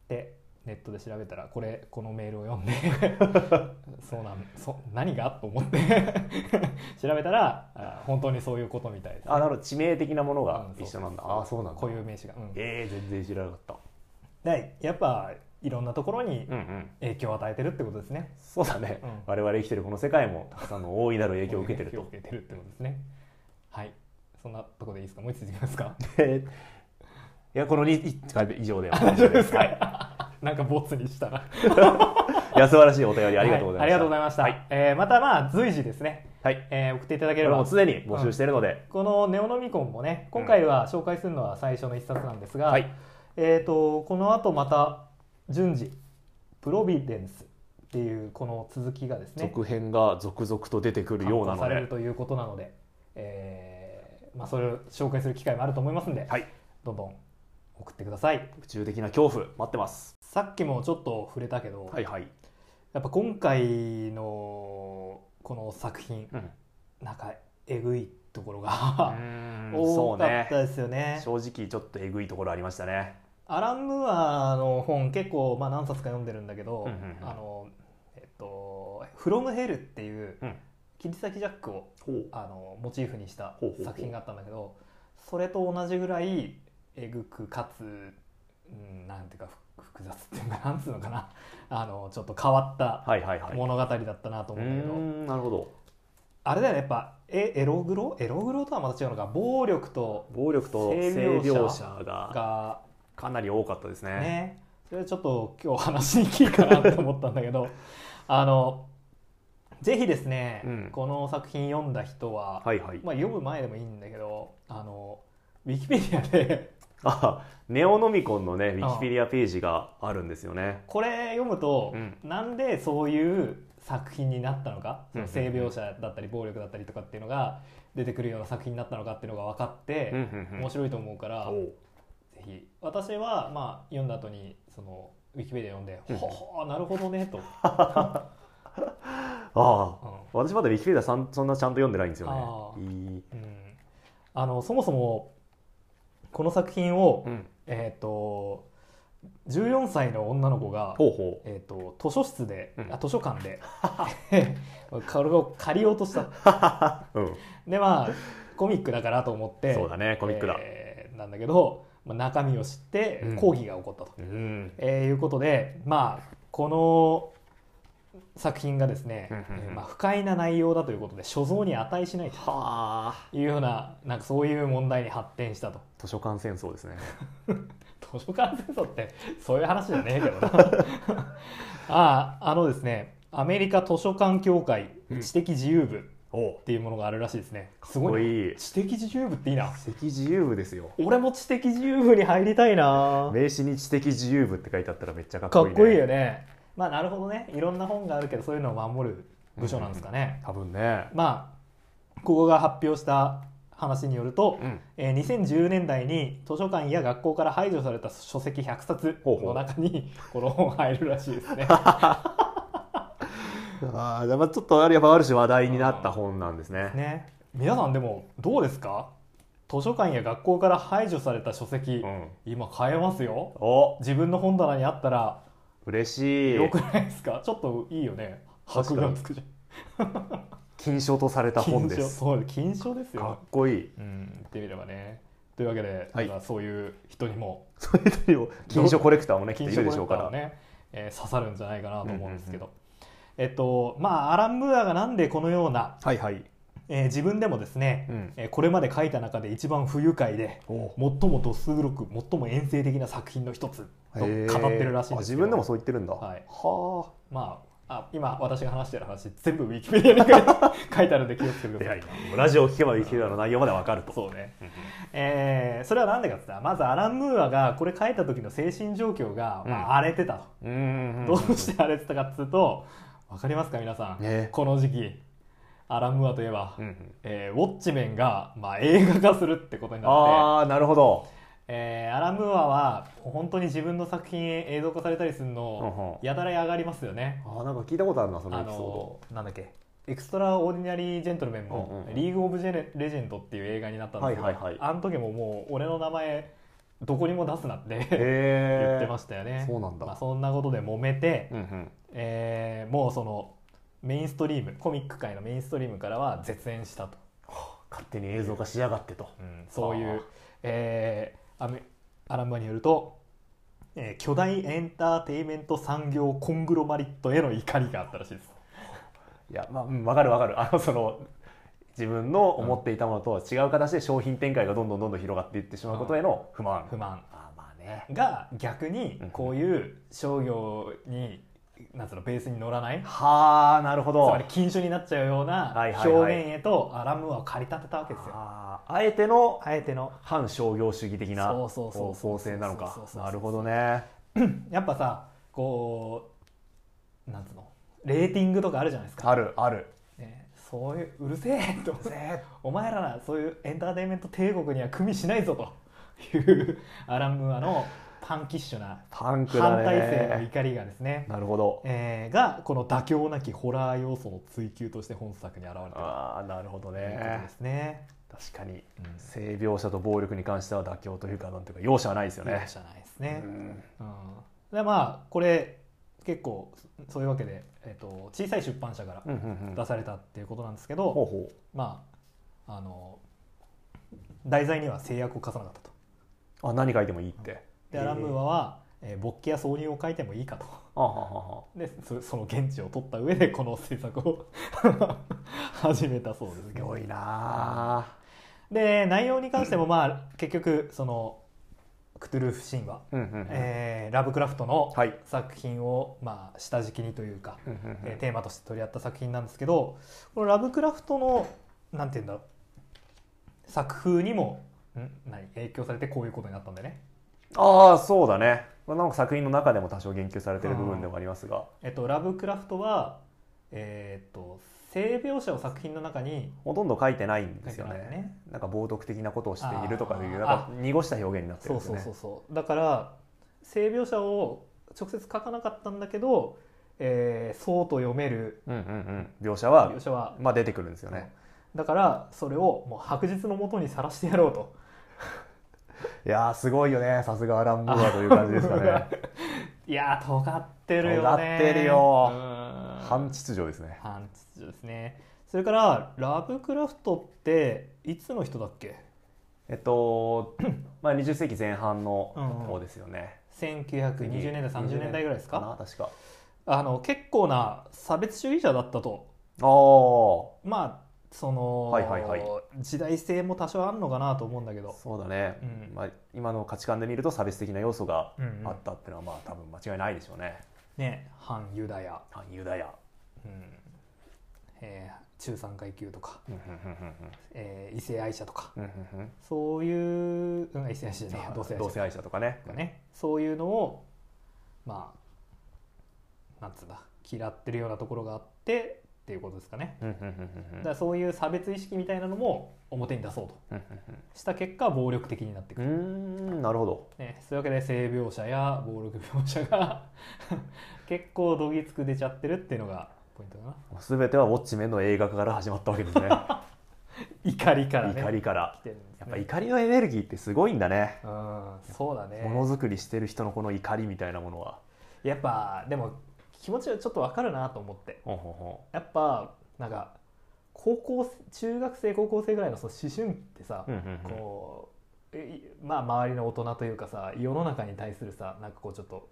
[SPEAKER 1] でネットで調べたらこれこのメールを
[SPEAKER 2] [laughs]
[SPEAKER 1] 読んでそうなんそ何がと思って調べたらあ本当にそういうことみたいです、
[SPEAKER 2] あなるほど地名的なものが
[SPEAKER 1] うんそう
[SPEAKER 2] 一緒なんだ
[SPEAKER 1] そう
[SPEAKER 2] あそうなんだ
[SPEAKER 1] 固有名詞が、うん
[SPEAKER 2] えー、全然知らなかった
[SPEAKER 1] でやっぱいろんなところに
[SPEAKER 2] うんうん
[SPEAKER 1] 影響を与えてるってことですね
[SPEAKER 2] そうだね、
[SPEAKER 1] うん
[SPEAKER 2] 我々生きてるこの世界もたくさんの大いなる影響を受けてる
[SPEAKER 1] 影響を
[SPEAKER 2] と
[SPEAKER 1] 受けてるってことですねはいそんなとこでいいですかもう一ついきますか
[SPEAKER 2] えーいやこの2以上
[SPEAKER 1] [laughs]
[SPEAKER 2] で
[SPEAKER 1] 大丈夫です
[SPEAKER 2] はい
[SPEAKER 1] か [laughs] なんかボツにしたら
[SPEAKER 2] 安晴らしいお便りありがとうございました、
[SPEAKER 1] はありがとうございました、
[SPEAKER 2] はい、
[SPEAKER 1] えーまたまあ随時ですね、
[SPEAKER 2] はい、
[SPEAKER 1] えー送っていただ
[SPEAKER 2] こ
[SPEAKER 1] け
[SPEAKER 2] れ
[SPEAKER 1] れば
[SPEAKER 2] も常に募集しているので、
[SPEAKER 1] このネオノミコンもね今回は紹介するのは最初の一冊なんですが、
[SPEAKER 2] はい
[SPEAKER 1] えー、とこの後また順次「プロビデンス」っていうこの続きがですね
[SPEAKER 2] 続編が続々と出てくるよ
[SPEAKER 1] 刊
[SPEAKER 2] うな
[SPEAKER 1] 行
[SPEAKER 2] の
[SPEAKER 1] される
[SPEAKER 2] で
[SPEAKER 1] ということなので、えーまあ、それを紹介する機会もあると思いますんで、
[SPEAKER 2] はい
[SPEAKER 1] どんどん送ってください
[SPEAKER 2] 宇宙的な恐怖待ってます
[SPEAKER 1] さっきもちょっと触れたけど、
[SPEAKER 2] はいはい、
[SPEAKER 1] やっぱ今回のこの作品
[SPEAKER 2] うん
[SPEAKER 1] なんかえぐいところが
[SPEAKER 2] そ
[SPEAKER 1] [laughs] 多
[SPEAKER 2] う
[SPEAKER 1] か
[SPEAKER 2] ね
[SPEAKER 1] ったですよね
[SPEAKER 2] 正直ちょっとえぐいところありましたね
[SPEAKER 1] アラン・ムーアの本結構、まあ、何冊か読んでるんだけど、
[SPEAKER 2] うんうんうん
[SPEAKER 1] あのえっと「フロムヘル」っていう
[SPEAKER 2] うん
[SPEAKER 1] 切り裂きジャックを
[SPEAKER 2] ほう
[SPEAKER 1] あのモチーフにした
[SPEAKER 2] ほうほうほう
[SPEAKER 1] 作品があったんだけどそれと同じぐらいえぐくかつ、うん、なんていうかふ複雑っていうかなんつうのかな [laughs] あのちょっと変わった
[SPEAKER 2] はいはいはい
[SPEAKER 1] 物語だったなと
[SPEAKER 2] う
[SPEAKER 1] 思う
[SPEAKER 2] ー
[SPEAKER 1] んだけど、
[SPEAKER 2] んなるほど
[SPEAKER 1] あれだよねやっぱえエログロエログロとはまた違うのか暴力と
[SPEAKER 2] 暴力と
[SPEAKER 1] 性
[SPEAKER 2] 性
[SPEAKER 1] 描写
[SPEAKER 2] 描写が
[SPEAKER 1] が
[SPEAKER 2] かなり多かったですね
[SPEAKER 1] ね、それはちょっと今日話しにくいかなと思ったんだけ
[SPEAKER 2] [laughs]
[SPEAKER 1] どあのぜひですね、
[SPEAKER 2] うん
[SPEAKER 1] この作品読んだ人は、
[SPEAKER 2] はいはい、
[SPEAKER 1] まあ、読む前でもいいんだけどあのウィキペディアで
[SPEAKER 2] あネオノミコンのねウィキペディアページがあるんですよね
[SPEAKER 1] これ読むと、
[SPEAKER 2] うん
[SPEAKER 1] なんでそういう作品になったのかそ
[SPEAKER 2] うん
[SPEAKER 1] の性描写だったり暴力だったりとかっていうのが出てくるような作品になったのかっていうのが分かって、
[SPEAKER 2] うんうんうん
[SPEAKER 1] 面白いと思うから、
[SPEAKER 2] おう
[SPEAKER 1] ぜひ私はまあ読んだ後にそのウィキペディア読んで「
[SPEAKER 2] うん
[SPEAKER 1] ほほーなるほどね」と。
[SPEAKER 2] ああ
[SPEAKER 1] うん
[SPEAKER 2] 私まだウィキペディアさんそんなちゃんと読んでないんですよ
[SPEAKER 1] あ
[SPEAKER 2] ねいい
[SPEAKER 1] うんあのそもそもこの作品を、
[SPEAKER 2] うん
[SPEAKER 1] えー、と14歳の女の子が、
[SPEAKER 2] ほうほう
[SPEAKER 1] えー、と図書室で、
[SPEAKER 2] うん
[SPEAKER 1] あ図書館で [laughs] これを借りようとした
[SPEAKER 2] うん、
[SPEAKER 1] でまあコミックだからと思って
[SPEAKER 2] そうだねコミックだ、
[SPEAKER 1] えーなんだけど、まあ、中身を知って
[SPEAKER 2] うん
[SPEAKER 1] 抗議が起こったと、
[SPEAKER 2] うん
[SPEAKER 1] えーいうことでまあこの作品がですね、
[SPEAKER 2] うんうんう
[SPEAKER 1] え
[SPEAKER 2] ん
[SPEAKER 1] ーまあ、不快な内容だということで所蔵に値しないと。
[SPEAKER 2] はあ
[SPEAKER 1] いうようななんかそういう問題に発展したと [laughs]
[SPEAKER 2] 図書館戦争ですね
[SPEAKER 1] 図書館戦争ってそういう話じゃねえけどな [laughs] あああのですねアメリカ図書館協会
[SPEAKER 2] うん
[SPEAKER 1] 知的自由部っ
[SPEAKER 2] おう
[SPEAKER 1] ていうものがあるらしいですねす
[SPEAKER 2] すご
[SPEAKER 1] ごいない
[SPEAKER 2] い
[SPEAKER 1] 知的自由部っていいな
[SPEAKER 2] 知的自由部ですよ
[SPEAKER 1] 俺も知的自由部に入りたいな
[SPEAKER 2] 名刺に知的自由部って書いてあったらめっちゃかっ
[SPEAKER 1] か
[SPEAKER 2] こいい、
[SPEAKER 1] っ
[SPEAKER 2] ね、
[SPEAKER 1] こいいよねまあなるほどねいろんな本があるけどそういうのを守る部署なんですかね、
[SPEAKER 2] 多分ね
[SPEAKER 1] まあここが発表した話によると、
[SPEAKER 2] うん
[SPEAKER 1] えー2010年代に図書館や学校から排除された書籍100冊
[SPEAKER 2] ほうほ
[SPEAKER 1] の
[SPEAKER 2] う
[SPEAKER 1] 中にこの本入るらしいです
[SPEAKER 2] [laughs]
[SPEAKER 1] ね。
[SPEAKER 2] ああじゃあまあちょっとあれやっぱある種話題になった本なんですね
[SPEAKER 1] ね皆さんでもどうですか図書館や学校から排除された書籍、
[SPEAKER 2] うん
[SPEAKER 1] 今買えますよ
[SPEAKER 2] お
[SPEAKER 1] 自分の本棚にあったら
[SPEAKER 2] 嬉しい
[SPEAKER 1] よくないですかちょっといいよね箔
[SPEAKER 2] 確かに
[SPEAKER 1] がつくじ
[SPEAKER 2] 金賞とされ
[SPEAKER 1] ゃ
[SPEAKER 2] た
[SPEAKER 1] ん
[SPEAKER 2] 本
[SPEAKER 1] 金
[SPEAKER 2] で
[SPEAKER 1] 賞
[SPEAKER 2] す
[SPEAKER 1] そう金賞です
[SPEAKER 2] か
[SPEAKER 1] よ
[SPEAKER 2] っこいい
[SPEAKER 1] うん言ってみればねというわけで、
[SPEAKER 2] はい
[SPEAKER 1] まあそういう人にも
[SPEAKER 2] そういう人にも金賞コレクターもねきっといるでしょうか
[SPEAKER 1] 金賞コレ
[SPEAKER 2] ら
[SPEAKER 1] クターはね、えー刺さるんじゃないかなと思うんですけど、えっとまあアラン・ムーアがなんでこのような、
[SPEAKER 2] はいはい
[SPEAKER 1] えー自分でもですね、
[SPEAKER 2] うん
[SPEAKER 1] えーこれまで書いた中で一番不愉快で
[SPEAKER 2] おう
[SPEAKER 1] 最も度数黒く最も遠征的な作品の一つと語ってるらしいん
[SPEAKER 2] あ
[SPEAKER 1] です
[SPEAKER 2] 自
[SPEAKER 1] けど
[SPEAKER 2] 分でもそう言ってるんだ
[SPEAKER 1] はい
[SPEAKER 2] は
[SPEAKER 1] まああ今私が話してる話全部ウィキペディアに書いて [laughs] 書いてあるんで気をつけてください
[SPEAKER 2] あラジオを聞けばいいけどの内容までわかると
[SPEAKER 1] そうね
[SPEAKER 2] うんうん
[SPEAKER 1] えーそれは何でかって言ったらまずアラン・ムーアがこれ書いた時の精神状況が、まあ荒れてたと、
[SPEAKER 2] うん
[SPEAKER 1] どうして荒れてたかっつうと分かりますか皆さん、
[SPEAKER 2] ね
[SPEAKER 1] この時期アラン・ムーアといえば、
[SPEAKER 2] うんうん
[SPEAKER 1] えーウォッチメンが、まあ、映画化するってことになって、
[SPEAKER 2] [laughs] ああなるほど
[SPEAKER 1] えーアラン・ムーアは本当に自分の作品映像化されたりするの
[SPEAKER 2] うん
[SPEAKER 1] やたら上がりますよね。
[SPEAKER 2] あーなんか聞いたことあるなその
[SPEAKER 1] あ
[SPEAKER 2] エピソ
[SPEAKER 1] のなんだっけエクストラ・オーディナリー・ジェントルメン
[SPEAKER 2] うん
[SPEAKER 1] も
[SPEAKER 2] うんう
[SPEAKER 1] 「
[SPEAKER 2] ん
[SPEAKER 1] リーグ・オブ・ジェレレジェンド」っていう映画になったんですけど、
[SPEAKER 2] はいはいはい
[SPEAKER 1] あの時ももう俺の名前どこにも出すなって
[SPEAKER 2] ードへえ
[SPEAKER 1] 言ってましたよね。
[SPEAKER 2] そうなんだ
[SPEAKER 1] まあ、そんなことで揉めて、
[SPEAKER 2] うんうん
[SPEAKER 1] えーもうそのメインストリームコミック界のメインストリームからは絶縁したと、
[SPEAKER 2] 勝手に映像化しやがってと
[SPEAKER 1] そうい
[SPEAKER 2] は
[SPEAKER 1] う
[SPEAKER 2] あ、
[SPEAKER 1] えーアメアランマによると、えー巨大エンターテインメント産業コングロマリットへの怒りがあったらしいです。
[SPEAKER 2] いやまあうんわかるわかるあのその自分の思っていたものとは違う形で商品展開がどんどんどんどん広がっていってしまうことへの不満
[SPEAKER 1] 不満
[SPEAKER 2] あーまあね
[SPEAKER 1] が逆に
[SPEAKER 2] うん
[SPEAKER 1] こういう商業になんつうのベースに乗らない
[SPEAKER 2] はあなるほ
[SPEAKER 1] つ
[SPEAKER 2] ど
[SPEAKER 1] まり禁酒になっちゃうような
[SPEAKER 2] はいはい
[SPEAKER 1] 表
[SPEAKER 2] はい
[SPEAKER 1] 現へとアラムーアを駆り立てたわけですよ。
[SPEAKER 2] あーあえての
[SPEAKER 1] あえての
[SPEAKER 2] 反商業主義的な
[SPEAKER 1] そうそうそう
[SPEAKER 2] 方向性なの
[SPEAKER 1] そうそ
[SPEAKER 2] か
[SPEAKER 1] うそうそう
[SPEAKER 2] なるほどね
[SPEAKER 1] やっぱさこうなんつうのレーティングとかあるじゃないですか、
[SPEAKER 2] あるある
[SPEAKER 1] ね、そういううるせえと
[SPEAKER 2] ぜ
[SPEAKER 1] お前らなそういうエンターテインメント帝国には組みしないぞというアラン・ムーアのパンキッシュな
[SPEAKER 2] パンクだ
[SPEAKER 1] 反
[SPEAKER 2] ね
[SPEAKER 1] 体制の怒りがですね、
[SPEAKER 2] なるほど
[SPEAKER 1] えーがこの妥協なきホラー要素の追求として本作に現れた
[SPEAKER 2] ああなるほど
[SPEAKER 1] ということ
[SPEAKER 2] ね
[SPEAKER 1] ですね。
[SPEAKER 2] 確か
[SPEAKER 1] う
[SPEAKER 2] に
[SPEAKER 1] ん
[SPEAKER 2] 性描写と暴力に関しては妥協というかなんていうか容赦はないですよ
[SPEAKER 1] 容
[SPEAKER 2] ね
[SPEAKER 1] 赦ないですね
[SPEAKER 2] う。ん
[SPEAKER 1] うん、でまあこれ結構そういうわけで、えっと小さい出版社から
[SPEAKER 2] うんうんうん
[SPEAKER 1] 出されたっていうことなんですけど、
[SPEAKER 2] ほうほう
[SPEAKER 1] まああの題材には制約を課さなかったと。
[SPEAKER 2] あ何書いてもいいって
[SPEAKER 1] でアランムーアは、えー勃起や挿入を書いてもいいかと。
[SPEAKER 2] あははは
[SPEAKER 1] でそその現地を取った上でこの制作を [laughs] 始めたそうですけ
[SPEAKER 2] す
[SPEAKER 1] ど
[SPEAKER 2] ごいなあ
[SPEAKER 1] で内容に関してもまあ結局そのクトゥルーフ神話、
[SPEAKER 2] うんうんうん
[SPEAKER 1] えーラブクラフトの
[SPEAKER 2] はい
[SPEAKER 1] 作品を、まあ、下敷きにというか、
[SPEAKER 2] うんうんうん
[SPEAKER 1] えーテーマとして取り合った作品なんですけどこのラブクラフトのなんて言うんだろう作風にもん何影響されてこういうことになったんでね、
[SPEAKER 2] ああそうだねまあなんか作品の中でも多少言及されてる部分でもありますが
[SPEAKER 1] えっと、ラブクラフトは、えーっと性描写を作品の中に
[SPEAKER 2] ほとんど書いてないんですよ
[SPEAKER 1] 書いてない
[SPEAKER 2] ね
[SPEAKER 1] ね
[SPEAKER 2] なんか冒涜的なことをしているとかい
[SPEAKER 1] あ
[SPEAKER 2] う
[SPEAKER 1] ー
[SPEAKER 2] なんか濁した表現になってるん
[SPEAKER 1] そう
[SPEAKER 2] です
[SPEAKER 1] そうそ
[SPEAKER 2] よね
[SPEAKER 1] うそうだから性描写を直接書かなかったんだけど、えーそうと読める
[SPEAKER 2] うんうんうん描写は
[SPEAKER 1] 描写は、
[SPEAKER 2] まあ出てくるんですよね
[SPEAKER 1] だからそれをもう白日のもとにさらしてやろうと
[SPEAKER 2] いやーすごいよねさすがアラン・ムーアという感じですかね
[SPEAKER 1] [laughs] いやー尖ってるよね
[SPEAKER 2] 尖ってるよ
[SPEAKER 1] うーん
[SPEAKER 2] [laughs] 半秩序ですね
[SPEAKER 1] 半秩序ですねそれからラブクラフトっていつの人だっけ
[SPEAKER 2] えっ [clears throat] と、まあ、20世紀前半の
[SPEAKER 1] うんうん
[SPEAKER 2] 方ですよね。
[SPEAKER 1] 1920年代30年代ぐらいですか
[SPEAKER 2] な確か。
[SPEAKER 1] あの結構な差別主義者だったと
[SPEAKER 2] ああ、
[SPEAKER 1] まあその、
[SPEAKER 2] はいはいはい
[SPEAKER 1] 時代性も多少あるのかなと思うんだけど、
[SPEAKER 2] そうだね。
[SPEAKER 1] うん
[SPEAKER 2] まあ、今の価値観で見ると差別的な要素が
[SPEAKER 1] うんうん
[SPEAKER 2] あったっていうのは、まあ、多分間違いないでしょうね。
[SPEAKER 1] ね反ユダヤ、
[SPEAKER 2] あユダヤ。
[SPEAKER 1] うんえー中産階級とか、
[SPEAKER 2] うんうん
[SPEAKER 1] えー異性愛者とか
[SPEAKER 2] うんうんうんうんうん
[SPEAKER 1] そういう、うん、異性愛者じゃねえや同性愛
[SPEAKER 2] 同
[SPEAKER 1] 者
[SPEAKER 2] 性愛者とかね
[SPEAKER 1] と。かねそういうのをまあなんつうんだ嫌ってるようなところがあってっていうことですかね
[SPEAKER 2] うんうんうん
[SPEAKER 1] だ
[SPEAKER 2] うん
[SPEAKER 1] からそういう差別意識みたいなのも表に出そうとした結果暴力的になってく
[SPEAKER 2] う
[SPEAKER 1] る、
[SPEAKER 2] んうん、うーんなるほど。
[SPEAKER 1] ね、そういうわけで性描写や暴力描写が [laughs] 結構どぎつく出ちゃってるっていうのがポイントかな
[SPEAKER 2] すべてはウォッチメンの映画化から始まったわけですね。
[SPEAKER 1] 怒りからね
[SPEAKER 2] 怒りから
[SPEAKER 1] 来。てるんですね
[SPEAKER 2] やっぱ怒りのエネルギーってすごいんだね。
[SPEAKER 1] うんそうだね
[SPEAKER 2] ものづくりしてる人のこの怒りみたいなものは。
[SPEAKER 1] やっぱでも気持ちはちょっとわかるなと思って
[SPEAKER 2] ほんほんほ
[SPEAKER 1] やっぱなんか高校中学生高校生ぐらいのその思春期ってさ、
[SPEAKER 2] んうんうんうん
[SPEAKER 1] こうえまあ周りの大人というかさ世の中に対するさなんかこうちょっと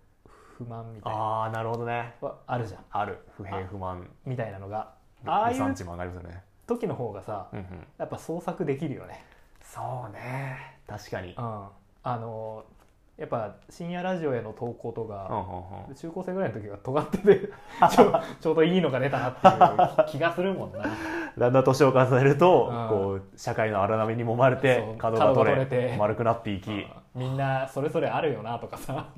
[SPEAKER 1] 不満みたいな
[SPEAKER 2] ああなるほどね
[SPEAKER 1] はあるじゃん
[SPEAKER 2] ある不平不満
[SPEAKER 1] みたいなのがああ
[SPEAKER 2] あ
[SPEAKER 1] い
[SPEAKER 2] 産
[SPEAKER 1] う
[SPEAKER 2] 地も上がりますよね、
[SPEAKER 1] 時の方がさ
[SPEAKER 2] うんうん、
[SPEAKER 1] やっぱ創作できるよね。
[SPEAKER 2] そうね確かに
[SPEAKER 1] うん、あのやっぱ深夜ラジオへの投稿と
[SPEAKER 2] うんう
[SPEAKER 1] か、
[SPEAKER 2] んうん
[SPEAKER 1] 中高生ぐらいの時は尖って
[SPEAKER 2] [laughs]
[SPEAKER 1] てちょちょうどいいのが出たなっていう気がするもんな。
[SPEAKER 2] だんだん年を重ねる
[SPEAKER 1] う
[SPEAKER 2] と、
[SPEAKER 1] ん
[SPEAKER 2] こう社会の荒波に揉まれ
[SPEAKER 1] そう
[SPEAKER 2] て角が取れ
[SPEAKER 1] 角が取れて
[SPEAKER 2] 丸くなっていき、
[SPEAKER 1] うんみんなそれぞれあるよなとかさ。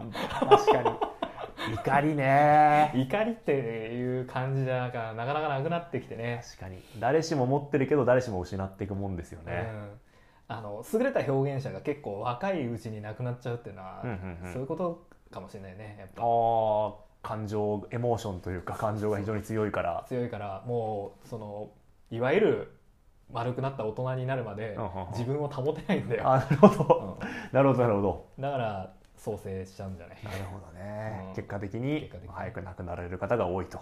[SPEAKER 2] 確かに [laughs] 怒りね
[SPEAKER 1] 怒りっていう感じじゃなかなかなかなくなってきてね
[SPEAKER 2] 確かに誰しも持ってるけど誰しも失っていくもんですよね、
[SPEAKER 1] うん、あの優れた表現者が結構若いうちに亡くなっちゃうっていうのは、
[SPEAKER 2] うんうんうん
[SPEAKER 1] そういうことかもしれないねやっぱ
[SPEAKER 2] ああ感情エモーションというか感情が非常に強いから
[SPEAKER 1] 強いからもうそのいわゆる丸くなった大人になるまで
[SPEAKER 2] うんうんうん
[SPEAKER 1] 自分を保てないんだよ、
[SPEAKER 2] あなるほ
[SPEAKER 1] う
[SPEAKER 2] ど、なるほどなるほど
[SPEAKER 1] だから創生しちゃうんじゃない、
[SPEAKER 2] なるほどね、
[SPEAKER 1] うん
[SPEAKER 2] 結果的に
[SPEAKER 1] 結果的に
[SPEAKER 2] 早く亡くなられる方が多いと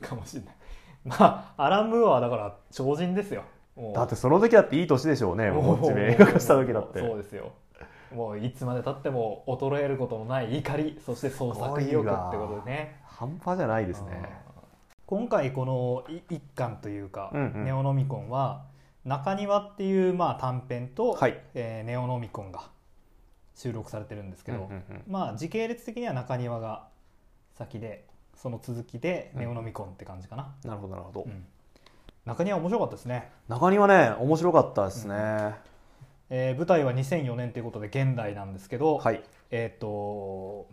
[SPEAKER 1] うん [laughs] かもしれないまあアラン・ムーアはだから超人ですよもう
[SPEAKER 2] だってその時だっていい年でしょうねもう
[SPEAKER 1] もう
[SPEAKER 2] 自分映画化した時だって
[SPEAKER 1] そうですよもういつまでたっても衰えることのない怒りそして創作意
[SPEAKER 2] すごい
[SPEAKER 1] 欲
[SPEAKER 2] な
[SPEAKER 1] ってことでね
[SPEAKER 2] 半端じゃないですね
[SPEAKER 1] うん今回このい一巻というか、
[SPEAKER 2] うんうん
[SPEAKER 1] ネオノミコンは中庭っていうまあ短編と、
[SPEAKER 2] はい
[SPEAKER 1] えーネオノミコンが収録されてるんですけど、
[SPEAKER 2] うんうんうん
[SPEAKER 1] まあ時系列的には中庭が先でその続きでネオノミコンって感じかな、
[SPEAKER 2] なるほどなるほど、
[SPEAKER 1] うん中庭面白かったですね、
[SPEAKER 2] 中庭ね面白かったですね、
[SPEAKER 1] うえー舞台は2004年ということで現代なんですけど、
[SPEAKER 2] はい
[SPEAKER 1] えっ、と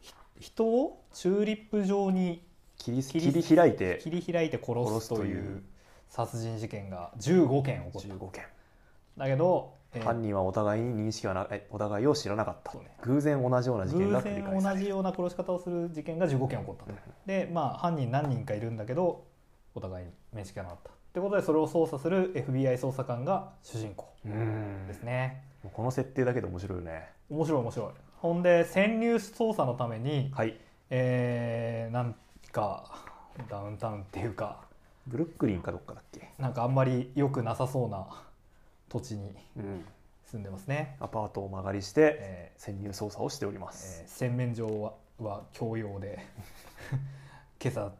[SPEAKER 1] ひ人をチューリップ状に
[SPEAKER 2] 切り
[SPEAKER 1] 切り
[SPEAKER 2] 切り開いて
[SPEAKER 1] 切り開いて殺すとい
[SPEAKER 2] 殺すという
[SPEAKER 1] う殺人事件が15件起こった
[SPEAKER 2] 15件
[SPEAKER 1] だけど、えー
[SPEAKER 2] 犯人はお互いに認識はなえお互いを知らなかった、
[SPEAKER 1] そうね
[SPEAKER 2] 偶然同じような事件
[SPEAKER 1] 偶
[SPEAKER 2] が繰り返
[SPEAKER 1] 然
[SPEAKER 2] さ
[SPEAKER 1] 同
[SPEAKER 2] れ
[SPEAKER 1] じ
[SPEAKER 2] る
[SPEAKER 1] ような殺し方をする事件が15件起こったと、でまあ犯人何人かいるんだけどお互いに面識がなかったってことでそれを捜査する FBI 捜査官が主人公
[SPEAKER 2] うん
[SPEAKER 1] ですね、
[SPEAKER 2] もうこの設定だけで面白いよね
[SPEAKER 1] 面白い面白いほんで潜入捜査のために、
[SPEAKER 2] はい
[SPEAKER 1] えーなんかダウンタウンっていうか
[SPEAKER 2] ブルックリンかどっかだっけ、
[SPEAKER 1] なんかあんまり良くなさそうな土地に住んでますね、
[SPEAKER 2] アパートを間借りして
[SPEAKER 1] えー
[SPEAKER 2] 潜入捜査をしております、
[SPEAKER 1] えー洗面所はは共用で [laughs] 今朝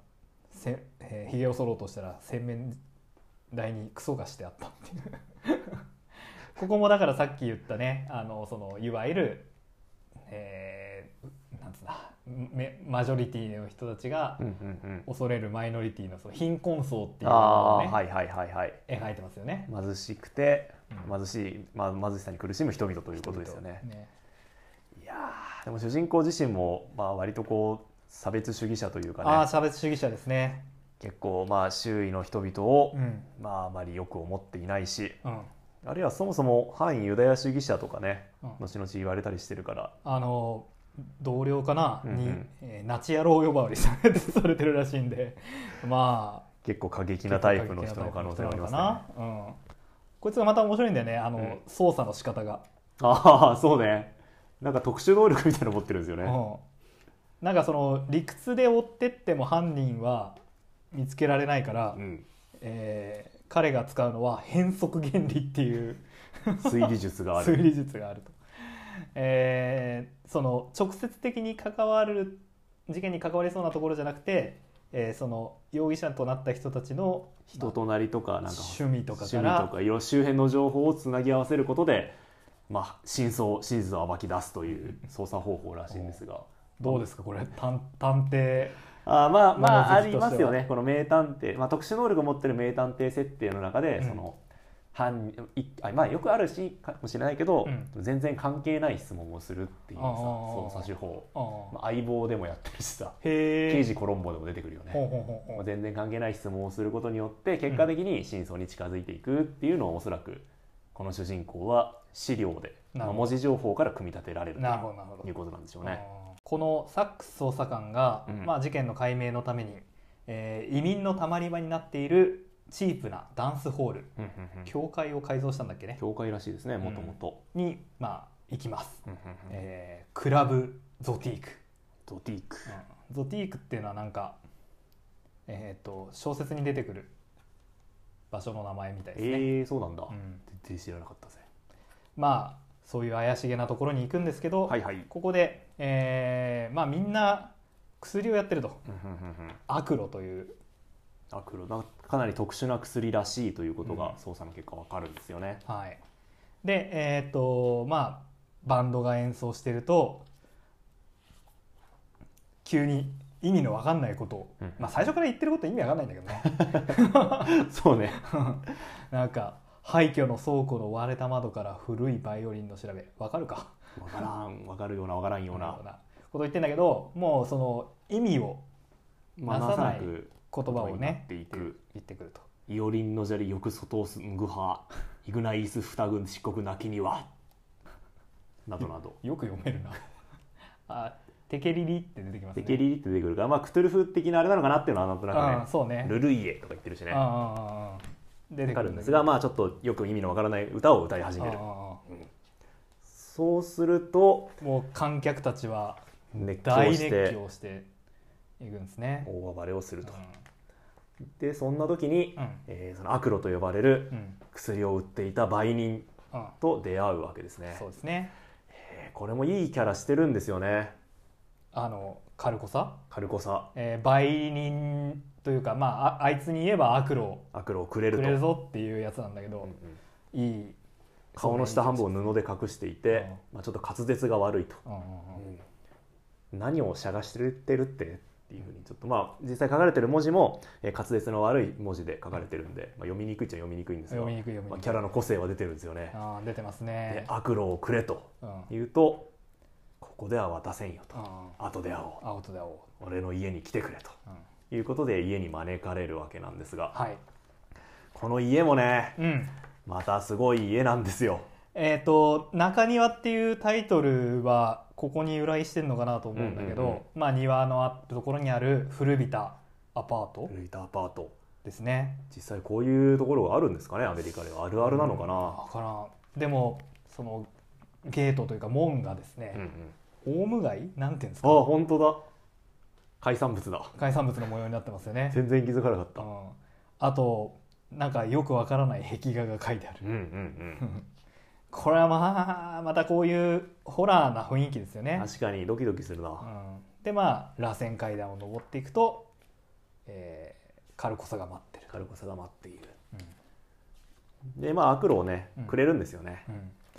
[SPEAKER 1] せ、えー、ひげを剃ろうとしたら洗面台にクソがしてあったっていう [laughs] ここもだからさっき言ったねあのそのいわゆる、えーなんつうんだめマジョリティの人たちが
[SPEAKER 2] うんうんうん
[SPEAKER 1] 恐れるマイノリティのその貧困層っていうの
[SPEAKER 2] あ
[SPEAKER 1] を
[SPEAKER 2] あー
[SPEAKER 1] ね、
[SPEAKER 2] はいはいはいはい
[SPEAKER 1] 描いてますよね。
[SPEAKER 2] 貧しくて
[SPEAKER 1] うん
[SPEAKER 2] 貧しい、まあ、貧しさに苦しむ人々ということですよね
[SPEAKER 1] ね
[SPEAKER 2] いやーでも主人公自身も、まあ、割とこう差別主義者という
[SPEAKER 1] ああ
[SPEAKER 2] かね
[SPEAKER 1] 差別主義者ですね。
[SPEAKER 2] 結構まあ周囲の人々を、
[SPEAKER 1] うん
[SPEAKER 2] まああまりよく思っていないし
[SPEAKER 1] うん
[SPEAKER 2] あるいはそもそも反ユダヤ主義者とかね
[SPEAKER 1] うん
[SPEAKER 2] 後々言われたりしてるから
[SPEAKER 1] あの同僚かな、
[SPEAKER 2] うんうん
[SPEAKER 1] に、えーナチ野郎呼ばわりされてされてるらしいんで [laughs] まあ
[SPEAKER 2] 結構過激なタイプの人の可能性がありますね
[SPEAKER 1] なうん、こいつがまた面白いんだよねあの、
[SPEAKER 2] うん
[SPEAKER 1] 操作の仕方が、
[SPEAKER 2] [laughs] ああそうねなんか特殊能力みたいなの持ってるんですよね、
[SPEAKER 1] うん、なんかその理屈で追ってっても犯人は見つけられないから、
[SPEAKER 2] うん
[SPEAKER 1] えー彼が使うのは変則原理っていう
[SPEAKER 2] 推理術があ
[SPEAKER 1] 推
[SPEAKER 2] る
[SPEAKER 1] 理術があると、えーその直接的に関わる事件に関わりそうなところじゃなくて、えーその容疑者となった人たちの
[SPEAKER 2] 人となりとかなんか
[SPEAKER 1] 趣味とか
[SPEAKER 2] 趣
[SPEAKER 1] か
[SPEAKER 2] 味
[SPEAKER 1] ら
[SPEAKER 2] とかいろ周辺の情報をつなぎ合わせることで、まあ、真相真実を暴き出すという操作方法らしいんですが
[SPEAKER 1] どうですかこれ探探偵
[SPEAKER 2] あーまあまあ
[SPEAKER 1] まあ
[SPEAKER 2] あ
[SPEAKER 1] 好きと
[SPEAKER 2] り
[SPEAKER 1] しては
[SPEAKER 2] ますよねこの名探偵、まあ、特殊能力を持ってる名探偵設定の中で、
[SPEAKER 1] うん
[SPEAKER 2] その犯人いあまあよくあるしかもしれないけど、
[SPEAKER 1] う
[SPEAKER 2] 全然関係ない質問をするっていうさ
[SPEAKER 1] あー
[SPEAKER 2] 操作手法、
[SPEAKER 1] あー、
[SPEAKER 2] まあ、相棒でもやってるしさ
[SPEAKER 1] へえ
[SPEAKER 2] 刑事コロンボでも出てくるよね。
[SPEAKER 1] ほうほうほうほ
[SPEAKER 2] まあ
[SPEAKER 1] う
[SPEAKER 2] 全然関係ない質問をすることによって結果的に真相に近づいていくっていうのをおそらくこの主人公は資料で、
[SPEAKER 1] なる
[SPEAKER 2] まあ、
[SPEAKER 1] ほど
[SPEAKER 2] 文字情報から組み立てられると
[SPEAKER 1] なるほどなるほど
[SPEAKER 2] いうことなんでしょうね。
[SPEAKER 1] あーこのサックス捜査官が、
[SPEAKER 2] うん
[SPEAKER 1] まあ、事件の解明のために、えー移民のたまり場になっているチープなダンスホール
[SPEAKER 2] うんうんうん
[SPEAKER 1] 教会を改造したんだっけね
[SPEAKER 2] 教会らしいですねもともと。
[SPEAKER 1] に、まあ、行きます
[SPEAKER 2] うんうんうん
[SPEAKER 1] えークラブゾティーク、
[SPEAKER 2] ドティーク。
[SPEAKER 1] ゾティークっていうのはなんか、えー、と小説に出てくる場所の名前みたいですね、
[SPEAKER 2] えー、そうなんだ、
[SPEAKER 1] うん
[SPEAKER 2] 全然知らなかったぜ。
[SPEAKER 1] まあそういう怪しげなところに行くんですけど、
[SPEAKER 2] はいはい。うん
[SPEAKER 1] ここで、えーまあ、みんな薬をやってると
[SPEAKER 2] うんうんうん
[SPEAKER 1] アクロという
[SPEAKER 2] アクロなんかかなり特殊な薬らしいということが捜査の結果わかるんですよね。 [laughs]
[SPEAKER 1] はい、でえっ、とまあバンドが演奏してると急に意味のわかんないことを、
[SPEAKER 2] うん
[SPEAKER 1] まあ、最初から言ってること意味わかんないんだけどね
[SPEAKER 2] そうね。
[SPEAKER 1] なんか廃墟の倉庫の割れた窓から古いバイオリンの調べわかるか
[SPEAKER 2] わからんわかるようなわからんような。
[SPEAKER 1] なこと言ってんだけどもうその意味を
[SPEAKER 2] まあ
[SPEAKER 1] なさない
[SPEAKER 2] なさなく
[SPEAKER 1] 言葉を
[SPEAKER 2] な
[SPEAKER 1] ね
[SPEAKER 2] っていく
[SPEAKER 1] 言ってくると
[SPEAKER 2] イオリンの砂利よく外をすんぐはイグナイス二軍漆黒なきにはなどなど
[SPEAKER 1] よく読めるな [laughs] あテケリリって出てきますね
[SPEAKER 2] でケリリって出てくるからまあクトゥルフ的なあれなのかなっていうのはなんと
[SPEAKER 1] あ
[SPEAKER 2] な
[SPEAKER 1] あ
[SPEAKER 2] く
[SPEAKER 1] そう
[SPEAKER 2] ね
[SPEAKER 1] ね
[SPEAKER 2] ルルイエとか言ってるしね
[SPEAKER 1] ああ
[SPEAKER 2] わ
[SPEAKER 1] ああああ出て
[SPEAKER 2] か
[SPEAKER 1] く
[SPEAKER 2] る
[SPEAKER 1] る
[SPEAKER 2] ん
[SPEAKER 1] ん
[SPEAKER 2] で
[SPEAKER 1] ですす
[SPEAKER 2] が
[SPEAKER 1] が
[SPEAKER 2] まあちょっとよく意味のわからない歌を歌い始める
[SPEAKER 1] も
[SPEAKER 2] そうすると
[SPEAKER 1] う観客たちは
[SPEAKER 2] 熱
[SPEAKER 1] 大
[SPEAKER 2] 狂し
[SPEAKER 1] 熱
[SPEAKER 2] て
[SPEAKER 1] 狂していくんですね。
[SPEAKER 2] 大暴れをする
[SPEAKER 1] う
[SPEAKER 2] と
[SPEAKER 1] ん
[SPEAKER 2] でそんな時に、
[SPEAKER 1] うん
[SPEAKER 2] えーそのアクロと呼ばれる
[SPEAKER 1] うん
[SPEAKER 2] 薬を売っていた売人
[SPEAKER 1] うん
[SPEAKER 2] と出会うわけですね
[SPEAKER 1] そうですね。
[SPEAKER 2] えーこれもいいキャラしてるんですよね
[SPEAKER 1] あのカルコさ、
[SPEAKER 2] カルコサ
[SPEAKER 1] えー、売人というか、まあ、ああいつに言えば悪路を
[SPEAKER 2] アクロをくれる
[SPEAKER 1] く
[SPEAKER 2] と
[SPEAKER 1] れるぞっていうやつなんだけ
[SPEAKER 2] う
[SPEAKER 1] ど
[SPEAKER 2] んう、ん
[SPEAKER 1] いい
[SPEAKER 2] 顔の下半分を布で隠していて、まあ、ちょっと滑舌が悪いと、
[SPEAKER 1] うんうんうん
[SPEAKER 2] 何をしゃがしてるってっていうふうにちょっとまあ実際書かれてる文字も、えー滑舌の悪い文字で書かれてるんで、まあ、読みにくいっちゃ読みにくいんですが
[SPEAKER 1] 読みにくい読みにくい
[SPEAKER 2] まあ、キャラの個性は出てるんですよね。
[SPEAKER 1] あー出てます
[SPEAKER 2] で
[SPEAKER 1] ね
[SPEAKER 2] 「。悪路をくれ」と
[SPEAKER 1] うん
[SPEAKER 2] 言うと「ここでは渡せんよ」と
[SPEAKER 1] あ
[SPEAKER 2] 「後で会お
[SPEAKER 1] ー青とで青。
[SPEAKER 2] う俺の家に来てくれ」と
[SPEAKER 1] うん
[SPEAKER 2] いうことで家に招かれるわけなんですが
[SPEAKER 1] はい。
[SPEAKER 2] この家もね
[SPEAKER 1] うん。
[SPEAKER 2] またすごい家なんですよ。
[SPEAKER 1] えっ、と「中庭」っていうタイトルはここに由来してるのかなと思うんだけど、
[SPEAKER 2] うんうんうん
[SPEAKER 1] まあ庭のあるところにある古びたアパート
[SPEAKER 2] ルイタアパート
[SPEAKER 1] ですね。
[SPEAKER 2] 実際こういうところがあるんですかねアメリカではあるあるなのか
[SPEAKER 1] わ
[SPEAKER 2] な、
[SPEAKER 1] からんでもそのゲートというか門がです
[SPEAKER 2] うんう
[SPEAKER 1] ね、
[SPEAKER 2] ん
[SPEAKER 1] オウム街なんていうんです
[SPEAKER 2] ああ
[SPEAKER 1] か
[SPEAKER 2] 本当だ海産物だ
[SPEAKER 1] 海産物の模様になってますよね。
[SPEAKER 2] 全然気づかなかっ
[SPEAKER 1] う
[SPEAKER 2] た、
[SPEAKER 1] ん、あとなんかよくわからない壁画が書いてある [laughs]
[SPEAKER 2] うん、うんうん
[SPEAKER 1] これはまあまたこういうホラーな雰囲気ですよね。
[SPEAKER 2] 確かにドキドキする
[SPEAKER 1] う
[SPEAKER 2] な、
[SPEAKER 1] ん、でまあ螺旋階段を登っていくと、えー、軽こさが待ってる、
[SPEAKER 2] 軽く定まっている
[SPEAKER 1] う
[SPEAKER 2] でまあ悪路をね
[SPEAKER 1] うん
[SPEAKER 2] くれるんですよね、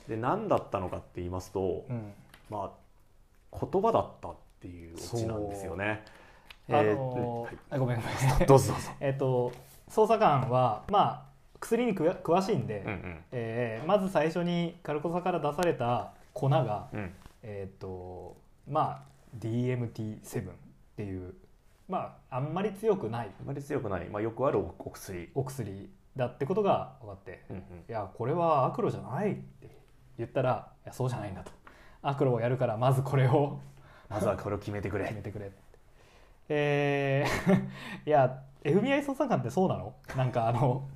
[SPEAKER 1] ん
[SPEAKER 2] で何だったのかって言いますと、
[SPEAKER 1] うん
[SPEAKER 2] まあ言葉だったっていうオチなんですよね
[SPEAKER 1] あ
[SPEAKER 2] えー
[SPEAKER 1] のー
[SPEAKER 2] はい
[SPEAKER 1] あごめんごめん
[SPEAKER 2] どうぞどうぞ、
[SPEAKER 1] [laughs] えっと捜査官はまあ薬にくわ詳しいんで、
[SPEAKER 2] うん
[SPEAKER 1] えーまず最初にカルコサから出された粉が、
[SPEAKER 2] うんうん、
[SPEAKER 1] えっとまあ DMT7 っていうまああんまり強くない
[SPEAKER 2] あまり強くない、まあ、よくあるおお薬、
[SPEAKER 1] お薬だってことが分かって、
[SPEAKER 2] うんうん
[SPEAKER 1] いやこれは悪路じゃないって言ったらいやそうじゃないんだと悪路をやるからまずこれを
[SPEAKER 2] まずはこれを決めてく
[SPEAKER 1] 決
[SPEAKER 2] れ
[SPEAKER 1] めてくれってえー [laughs] いや FBI 捜査官ってそうなのなんかあの、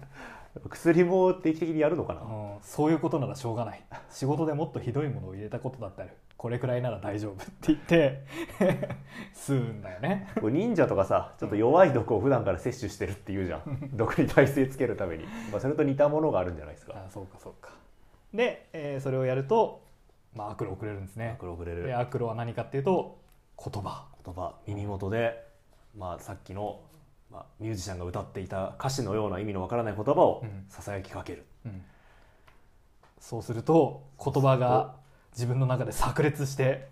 [SPEAKER 2] 薬も定期的にやるのかな、
[SPEAKER 1] うんそういうことならしょうがない仕事でもっとひどいものを入れたことだったらこれくらいなら大丈夫って言って [laughs] 吸うんだよね
[SPEAKER 2] こう忍者とかさちょっと弱い毒を普段から摂取してるっていうじゃん毒に耐性つけるために、まあ、それと似たものがあるんじゃないですか
[SPEAKER 1] あそうかそうかで、えーそれをやると、まあ、悪路をくれるんですね
[SPEAKER 2] 黒くれ
[SPEAKER 1] で
[SPEAKER 2] る
[SPEAKER 1] 悪路は何かっていうと言葉
[SPEAKER 2] 言葉耳元で、まあ、さっきの、まあ、ミュージシャンが歌っていた歌詞のような意味のわからない言葉を
[SPEAKER 1] うん
[SPEAKER 2] ささやきかける、 [laughs]
[SPEAKER 1] うんそうすると言葉が自分の中で炸裂して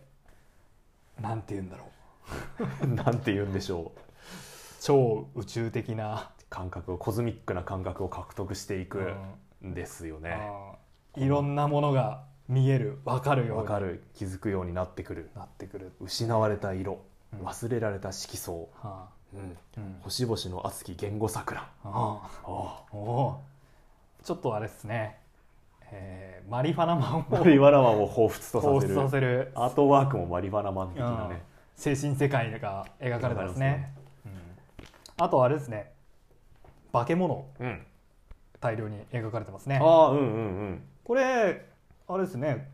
[SPEAKER 1] なんて言うんだろう
[SPEAKER 2] なんて言うんでしょう
[SPEAKER 1] 超宇宙的な、
[SPEAKER 2] 感覚をコズミックな感覚を獲得していく
[SPEAKER 1] うん
[SPEAKER 2] ですよね
[SPEAKER 1] んいろんなものが見える分かるよ
[SPEAKER 2] わ
[SPEAKER 1] う
[SPEAKER 2] か
[SPEAKER 1] に
[SPEAKER 2] る気づくようになってくる
[SPEAKER 1] なってくる、
[SPEAKER 2] 失われた色
[SPEAKER 1] うん
[SPEAKER 2] 忘れられた色相、
[SPEAKER 1] は
[SPEAKER 2] うん
[SPEAKER 1] あうん
[SPEAKER 2] 星々の熱き言語桜
[SPEAKER 1] はあ
[SPEAKER 2] あ
[SPEAKER 1] おおちょっとあれですね、えーマリファナマンを
[SPEAKER 2] あマリワラマンを彷彿と
[SPEAKER 1] 放
[SPEAKER 2] させ
[SPEAKER 1] 出
[SPEAKER 2] る
[SPEAKER 1] させる
[SPEAKER 2] アートワークもマリワラマン的なね
[SPEAKER 1] 精神世界が描かれてますねうんあとあれですね化け物
[SPEAKER 2] うん
[SPEAKER 1] 大量に描かれてますね
[SPEAKER 2] ああうんうんうん
[SPEAKER 1] これあれですね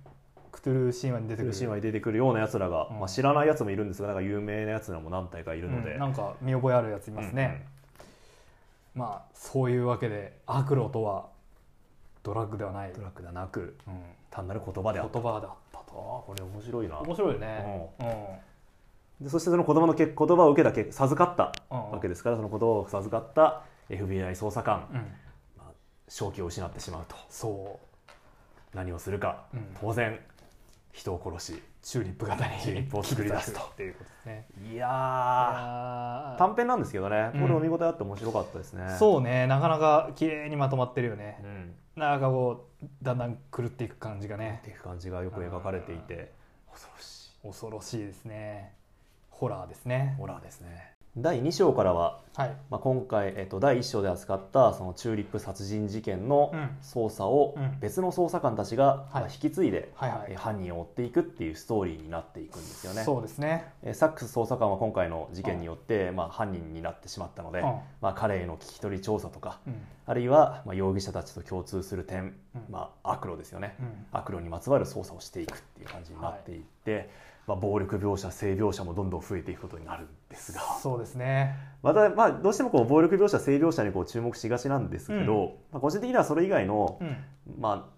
[SPEAKER 1] クトゥルー神話に出てく
[SPEAKER 2] 苦
[SPEAKER 1] る
[SPEAKER 2] しい前に出てくるようなやつらが、
[SPEAKER 1] うん
[SPEAKER 2] まあ、知らないやつもいるんですがなんか有名なやつらも何体かいるので、
[SPEAKER 1] うんなんか見覚えあるやついますね、まあそういうわけで悪路とはドラッグではない、
[SPEAKER 2] うんドラッグではなく
[SPEAKER 1] うん
[SPEAKER 2] 単なる言葉であ
[SPEAKER 1] 言
[SPEAKER 2] った
[SPEAKER 1] 葉だった
[SPEAKER 2] あーこれ面白いな
[SPEAKER 1] 面白いよねうん
[SPEAKER 2] でそしてその言葉のけ言葉を受けたけ授かった
[SPEAKER 1] うん
[SPEAKER 2] わけですからその言葉を授かった FBI 捜査官、
[SPEAKER 1] うん
[SPEAKER 2] まあ、正気を失ってしまうと
[SPEAKER 1] そう
[SPEAKER 2] 何をするか、
[SPEAKER 1] うん
[SPEAKER 2] 当然人を殺し
[SPEAKER 1] チューリップ [laughs] 型に
[SPEAKER 2] チューリップを作り出すと
[SPEAKER 1] っていうことですね
[SPEAKER 2] いや
[SPEAKER 1] あ
[SPEAKER 2] ー
[SPEAKER 1] ー
[SPEAKER 2] 短編なんですけどね
[SPEAKER 1] うん
[SPEAKER 2] これお見事あって面白かったですね、
[SPEAKER 1] そうねなかなか綺麗にまとまってるよね
[SPEAKER 2] う、ん
[SPEAKER 1] なんかこうだんだん狂っていく感じがね
[SPEAKER 2] っていう感じがよく描かれていて恐ろし
[SPEAKER 1] 恐ろしいですねホラーですね
[SPEAKER 2] ホラーですね第2章からは、
[SPEAKER 1] はい
[SPEAKER 2] まあ、今回、えっと、第1章で扱ったそのチューリップ殺人事件の
[SPEAKER 1] うん
[SPEAKER 2] 捜査を
[SPEAKER 1] うん
[SPEAKER 2] 別の捜査官たちが
[SPEAKER 1] はい
[SPEAKER 2] まあ引き継いで、
[SPEAKER 1] はいはい
[SPEAKER 2] え犯人を追っていくっていうストーリーになっていくんですよね。
[SPEAKER 1] そうですね
[SPEAKER 2] えサックス捜査官は今回の事件によって、まあ、犯人になってしまったので、
[SPEAKER 1] うん
[SPEAKER 2] まあ、彼への聞き取り調査とか
[SPEAKER 1] うん
[SPEAKER 2] あるいは、まあ、容疑者たちと共通する点、
[SPEAKER 1] うん
[SPEAKER 2] まあ、悪路ですよね、
[SPEAKER 1] うん
[SPEAKER 2] 悪路にまつわる捜査をしていくっていう感じになっていって、まあ、暴力描写性描写もどんどん増えていくことになるんですが
[SPEAKER 1] そうですね
[SPEAKER 2] また、まあ、どうしてもこう暴力描写性描写にこう注目しがちなんですけど、まあ、個人的にはそれ以外の
[SPEAKER 1] う、ん
[SPEAKER 2] ま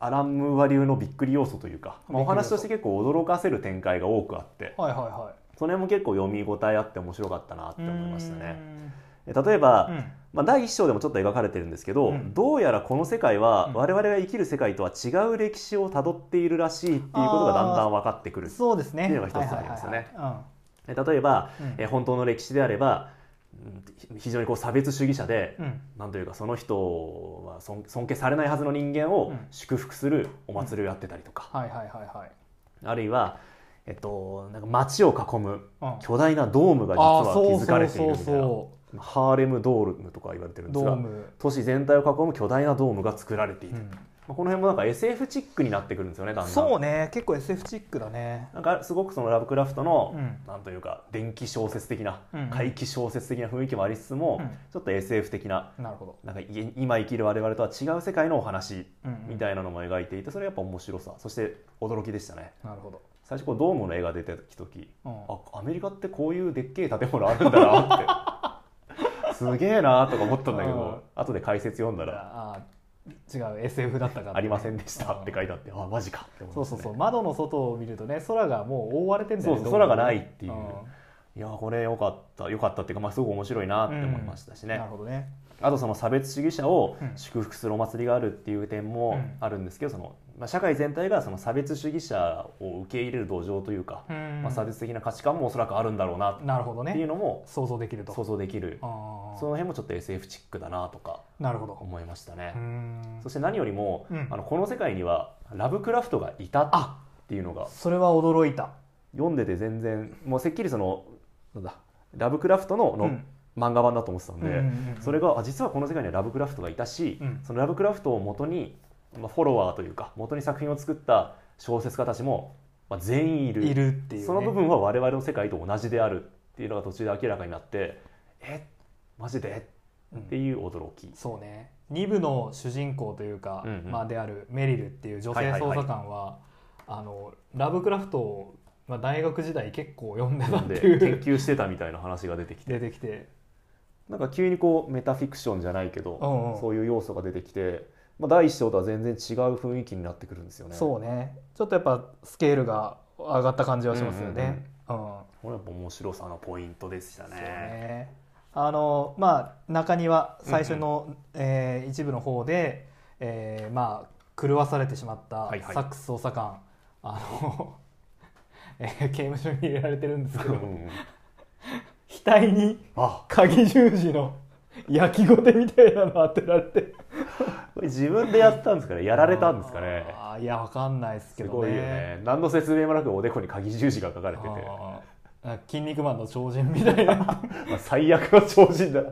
[SPEAKER 2] あ、アラン・ムーア流のびっくり要素というか、まあ、お話として結構驚かせる展開が多くあって
[SPEAKER 1] はいはいは
[SPEAKER 2] その辺も結構読み応えあって面白かったなっ
[SPEAKER 1] い
[SPEAKER 2] て思いましたね。
[SPEAKER 1] ね
[SPEAKER 2] え例えば、
[SPEAKER 1] うん
[SPEAKER 2] まあ、第1章でもちょっと描かれてるんですけど、
[SPEAKER 1] うん
[SPEAKER 2] どうやらこの世界は
[SPEAKER 1] うん
[SPEAKER 2] 我々が生きる世界とは違う歴史をたどっているらしいっていうことがだんだん分かってくる
[SPEAKER 1] そうですね
[SPEAKER 2] っていうのが一つありますよね
[SPEAKER 1] はいはいはいはい
[SPEAKER 2] え例えば、
[SPEAKER 1] うん
[SPEAKER 2] え本当の歴史であればうん非常にこう差別主義者で、
[SPEAKER 1] うんうん
[SPEAKER 2] なんというかその人は尊尊敬されないはずの人間を
[SPEAKER 1] うん
[SPEAKER 2] 祝福するお祭りをやってたりとか、
[SPEAKER 1] はいはいはいはい
[SPEAKER 2] あるいは、えっと、なんか街を囲む
[SPEAKER 1] うん
[SPEAKER 2] 巨大なドームが実
[SPEAKER 1] あー
[SPEAKER 2] は
[SPEAKER 1] そう
[SPEAKER 2] 築かれているみたいな
[SPEAKER 1] そ
[SPEAKER 2] ハーレムドームとか言われてる
[SPEAKER 1] うんド
[SPEAKER 2] です
[SPEAKER 1] ー
[SPEAKER 2] が
[SPEAKER 1] ム、
[SPEAKER 2] 都市全体を囲む巨大なドームが作られている、
[SPEAKER 1] うん
[SPEAKER 2] まあ、この辺もなんか SF チックになってくるんですよねだんだん
[SPEAKER 1] そうね結構 SF チックだね
[SPEAKER 2] なんかすごくそのラブクラフト
[SPEAKER 1] う
[SPEAKER 2] の、
[SPEAKER 1] ん
[SPEAKER 2] なんというか電気小説的な、
[SPEAKER 1] うん
[SPEAKER 2] 怪奇小説的な雰囲気もありつつも、
[SPEAKER 1] うん
[SPEAKER 2] ちょっと SF 的な
[SPEAKER 1] なるほど、
[SPEAKER 2] なんかい今生きる我々とは違う世界のお話
[SPEAKER 1] うん
[SPEAKER 2] みたいなのも描いていてそれはやっぱ面白さそして驚きでしたね
[SPEAKER 1] なるほど、
[SPEAKER 2] 最初こうドームの絵が出てきた時
[SPEAKER 1] うん
[SPEAKER 2] あアメリカってこういうでっけえ建物あるん
[SPEAKER 1] [laughs]
[SPEAKER 2] だなってすげえなとか思ったんだけど後で解説読んだら
[SPEAKER 1] ああ違う SF だったか
[SPEAKER 2] 「
[SPEAKER 1] ら、
[SPEAKER 2] ありませんでした」
[SPEAKER 1] うん
[SPEAKER 2] って書いてあってあマジかって思い
[SPEAKER 1] そ
[SPEAKER 2] ま
[SPEAKER 1] う
[SPEAKER 2] し
[SPEAKER 1] そ
[SPEAKER 2] たね
[SPEAKER 1] うそう窓の外を見るとね空がもう覆われてんだよね
[SPEAKER 2] そう
[SPEAKER 1] ど
[SPEAKER 2] そう
[SPEAKER 1] もね
[SPEAKER 2] 空がないっていうんいやこれ良かった良かったっていうか、まあ、すごく面白いなって思いましたしね、
[SPEAKER 1] なるほどね
[SPEAKER 2] あとその差別主義者を
[SPEAKER 1] うん
[SPEAKER 2] 祝福するお祭りがあるっていう点も
[SPEAKER 1] うん
[SPEAKER 2] あるんですけど、そのまあ、社会全体がその差別主義者を受け入れる土壌というか、
[SPEAKER 1] うん
[SPEAKER 2] まあ、差別的な価値観もおそらくあるんだろうなっ
[SPEAKER 1] なるほど
[SPEAKER 2] ていう
[SPEAKER 1] ね
[SPEAKER 2] のも
[SPEAKER 1] 想像できると
[SPEAKER 2] 想像できる、
[SPEAKER 1] あ
[SPEAKER 2] そ
[SPEAKER 1] あ
[SPEAKER 2] の辺もちょっと SF チックだなとか
[SPEAKER 1] なるほど
[SPEAKER 2] 思いましたね
[SPEAKER 1] う、ん
[SPEAKER 2] そして何よりも、
[SPEAKER 1] うん
[SPEAKER 2] あのこの世界にはラブクラフトがいたっていうのが
[SPEAKER 1] それは驚いた
[SPEAKER 2] 読んでて全然もうせっきりそのなんだラブクラフトのの、
[SPEAKER 1] うん
[SPEAKER 2] 漫画版だと思ってたんで、
[SPEAKER 1] うんうんうん
[SPEAKER 2] それがあ実はこの世界にはラブクラフトがいたし、
[SPEAKER 1] うん
[SPEAKER 2] そのラブクラフトを元に、まあ、フォロワーというか元に作品を作った小説家たちも、まあ、全員いる
[SPEAKER 1] いるっていうね
[SPEAKER 2] その部分は我々の世界と同じであるっていうのが途中で明らかになってえマジで
[SPEAKER 1] うん
[SPEAKER 2] っていう
[SPEAKER 1] [laughs]
[SPEAKER 2] 驚き、
[SPEAKER 1] そうね2部の主人公というか、
[SPEAKER 2] うんうん
[SPEAKER 1] まあ、であるメリルっていう女性
[SPEAKER 2] はいはいは
[SPEAKER 1] 捜
[SPEAKER 2] い
[SPEAKER 1] 査官は,、あのラブクラフトを、まあ、大学時代結構読んでた
[SPEAKER 2] な
[SPEAKER 1] っ
[SPEAKER 2] ん
[SPEAKER 1] て
[SPEAKER 2] で
[SPEAKER 1] い
[SPEAKER 2] 研
[SPEAKER 1] う
[SPEAKER 2] 究してたみたいな話が出てきて
[SPEAKER 1] 出てきて
[SPEAKER 2] なんか急にこうメタフィクションじゃないけど、
[SPEAKER 1] うんうん
[SPEAKER 2] そういう要素が出てきて、まあ、第一章とは全然違う雰囲気になってくるんですよね。
[SPEAKER 1] そうねちょっとやっぱスケールが上がった感じはしますよね。うん
[SPEAKER 2] これやっぱ面白さのポイントでしたね。
[SPEAKER 1] そうねあのまあ中庭最初の、えー一部の方で、えーまあ狂わされてしまった
[SPEAKER 2] はいはい
[SPEAKER 1] サックス捜査官、あの [laughs] えー刑務所に入れられてるんですけ
[SPEAKER 2] う [laughs]
[SPEAKER 1] ど
[SPEAKER 2] ん
[SPEAKER 1] 額に
[SPEAKER 2] あ
[SPEAKER 1] 鍵十字の焼きごてみたいなの当てられて
[SPEAKER 2] これ自分でやったんですかねやられたんですかね
[SPEAKER 1] あーいやわかんないですけ
[SPEAKER 2] す
[SPEAKER 1] どね
[SPEAKER 2] ごいよね何の説明もなくおでこに鍵十字が書かれてて、
[SPEAKER 1] あー筋肉マンの超人みたいな
[SPEAKER 2] まあ、最悪の超人だ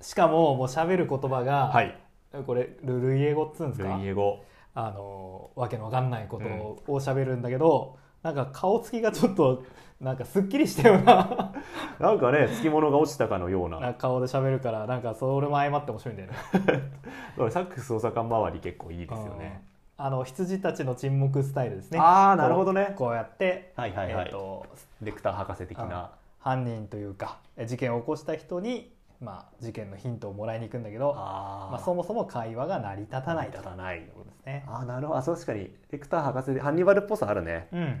[SPEAKER 1] しかももう喋る言葉が、
[SPEAKER 2] はい
[SPEAKER 1] これルルイエ語っつうんです
[SPEAKER 2] ル
[SPEAKER 1] か
[SPEAKER 2] イエ語
[SPEAKER 1] あのわけのわかんないことを喋るんだけど、なんか顔つきがちょっとなんかすっきりしたような
[SPEAKER 2] なんかねつきものが落ちたかのような
[SPEAKER 1] なんか顔で喋るからなんかそれも相まって面白いんだよね
[SPEAKER 2] だからサックス捜査官周り結構いいですよね
[SPEAKER 1] あの羊たちの沈黙スタイルですね
[SPEAKER 2] あーなるほどね
[SPEAKER 1] こうこうやって、
[SPEAKER 2] はいはいはい
[SPEAKER 1] えー、と
[SPEAKER 2] レクター博士的な
[SPEAKER 1] 犯人というかえ事件を起こした人に、まあ、事件のヒントをもらいに行くんだけど
[SPEAKER 2] あ
[SPEAKER 1] まあ、そもそも会話が成り立たないと
[SPEAKER 2] 立たない
[SPEAKER 1] いうことですね。
[SPEAKER 2] あーなるほどあそう確かにレクター博士でハンニバルっぽさあるね
[SPEAKER 1] うん、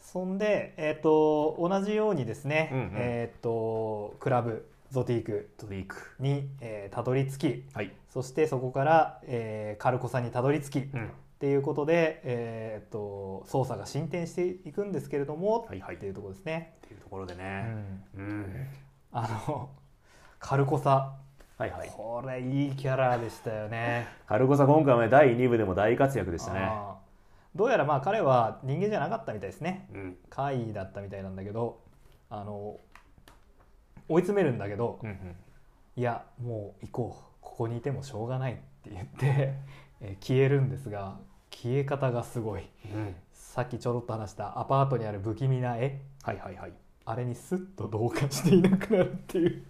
[SPEAKER 1] そんで、えー、と同じようにですね、
[SPEAKER 2] うんうん
[SPEAKER 1] えー、とクラブゾティーク
[SPEAKER 2] ドリーク
[SPEAKER 1] に、えーたどり着き
[SPEAKER 2] はい、
[SPEAKER 1] そしてそこから、えーカルコさんにたどり着き、っ
[SPEAKER 2] うん、
[SPEAKER 1] ていうことで、えー、と捜査が進展していくんですけれども、
[SPEAKER 2] はいはい
[SPEAKER 1] っていうところですね。
[SPEAKER 2] っていうところで
[SPEAKER 1] う
[SPEAKER 2] ね
[SPEAKER 1] ん、
[SPEAKER 2] うん、
[SPEAKER 1] あのカルコサ
[SPEAKER 2] はいはい
[SPEAKER 1] これいいキャラでしたよね。
[SPEAKER 2] カルコさ今回はね第2部でも大活躍で
[SPEAKER 1] で
[SPEAKER 2] したね
[SPEAKER 1] どうやらまあ彼は人間じゃなかったみたいですね
[SPEAKER 2] うん
[SPEAKER 1] 怪異だったみたいなんだけどあの追い詰めるんだけど、
[SPEAKER 2] うんうん
[SPEAKER 1] いやもう行こうここにいてもしょうがないって言って、 [laughs] えー消えるんですが消え方がすごい
[SPEAKER 2] うん
[SPEAKER 1] さっきちょろっと話したアパートにある不気味な絵
[SPEAKER 2] はいはいはい
[SPEAKER 1] あれにスッと同化していなくなるっていう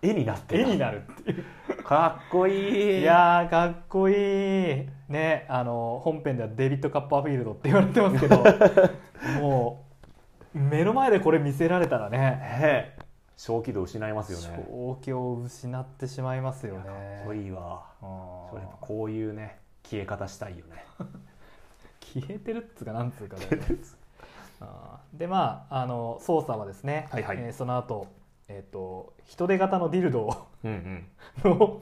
[SPEAKER 2] 絵になって
[SPEAKER 1] 絵に
[SPEAKER 2] る
[SPEAKER 1] なるっていう
[SPEAKER 2] かっこいい
[SPEAKER 1] いやーかっこいいねあの本編ではデビッド・カッパーフィールドって言われてます
[SPEAKER 2] [laughs]
[SPEAKER 1] けどもう目の前でこれ見せられたらね
[SPEAKER 2] ねえ正気度失いますよね
[SPEAKER 1] 正気を失ってしまいますよね
[SPEAKER 2] かっこいいわ
[SPEAKER 1] あー
[SPEAKER 2] それやっぱこういうね消え方したいよね
[SPEAKER 1] 消えてるっつうかなんつうかだよねあーでまああの操作はですね、
[SPEAKER 2] はいはい
[SPEAKER 1] えーその後えっ、と人手型のディルド
[SPEAKER 2] うんうん
[SPEAKER 1] の、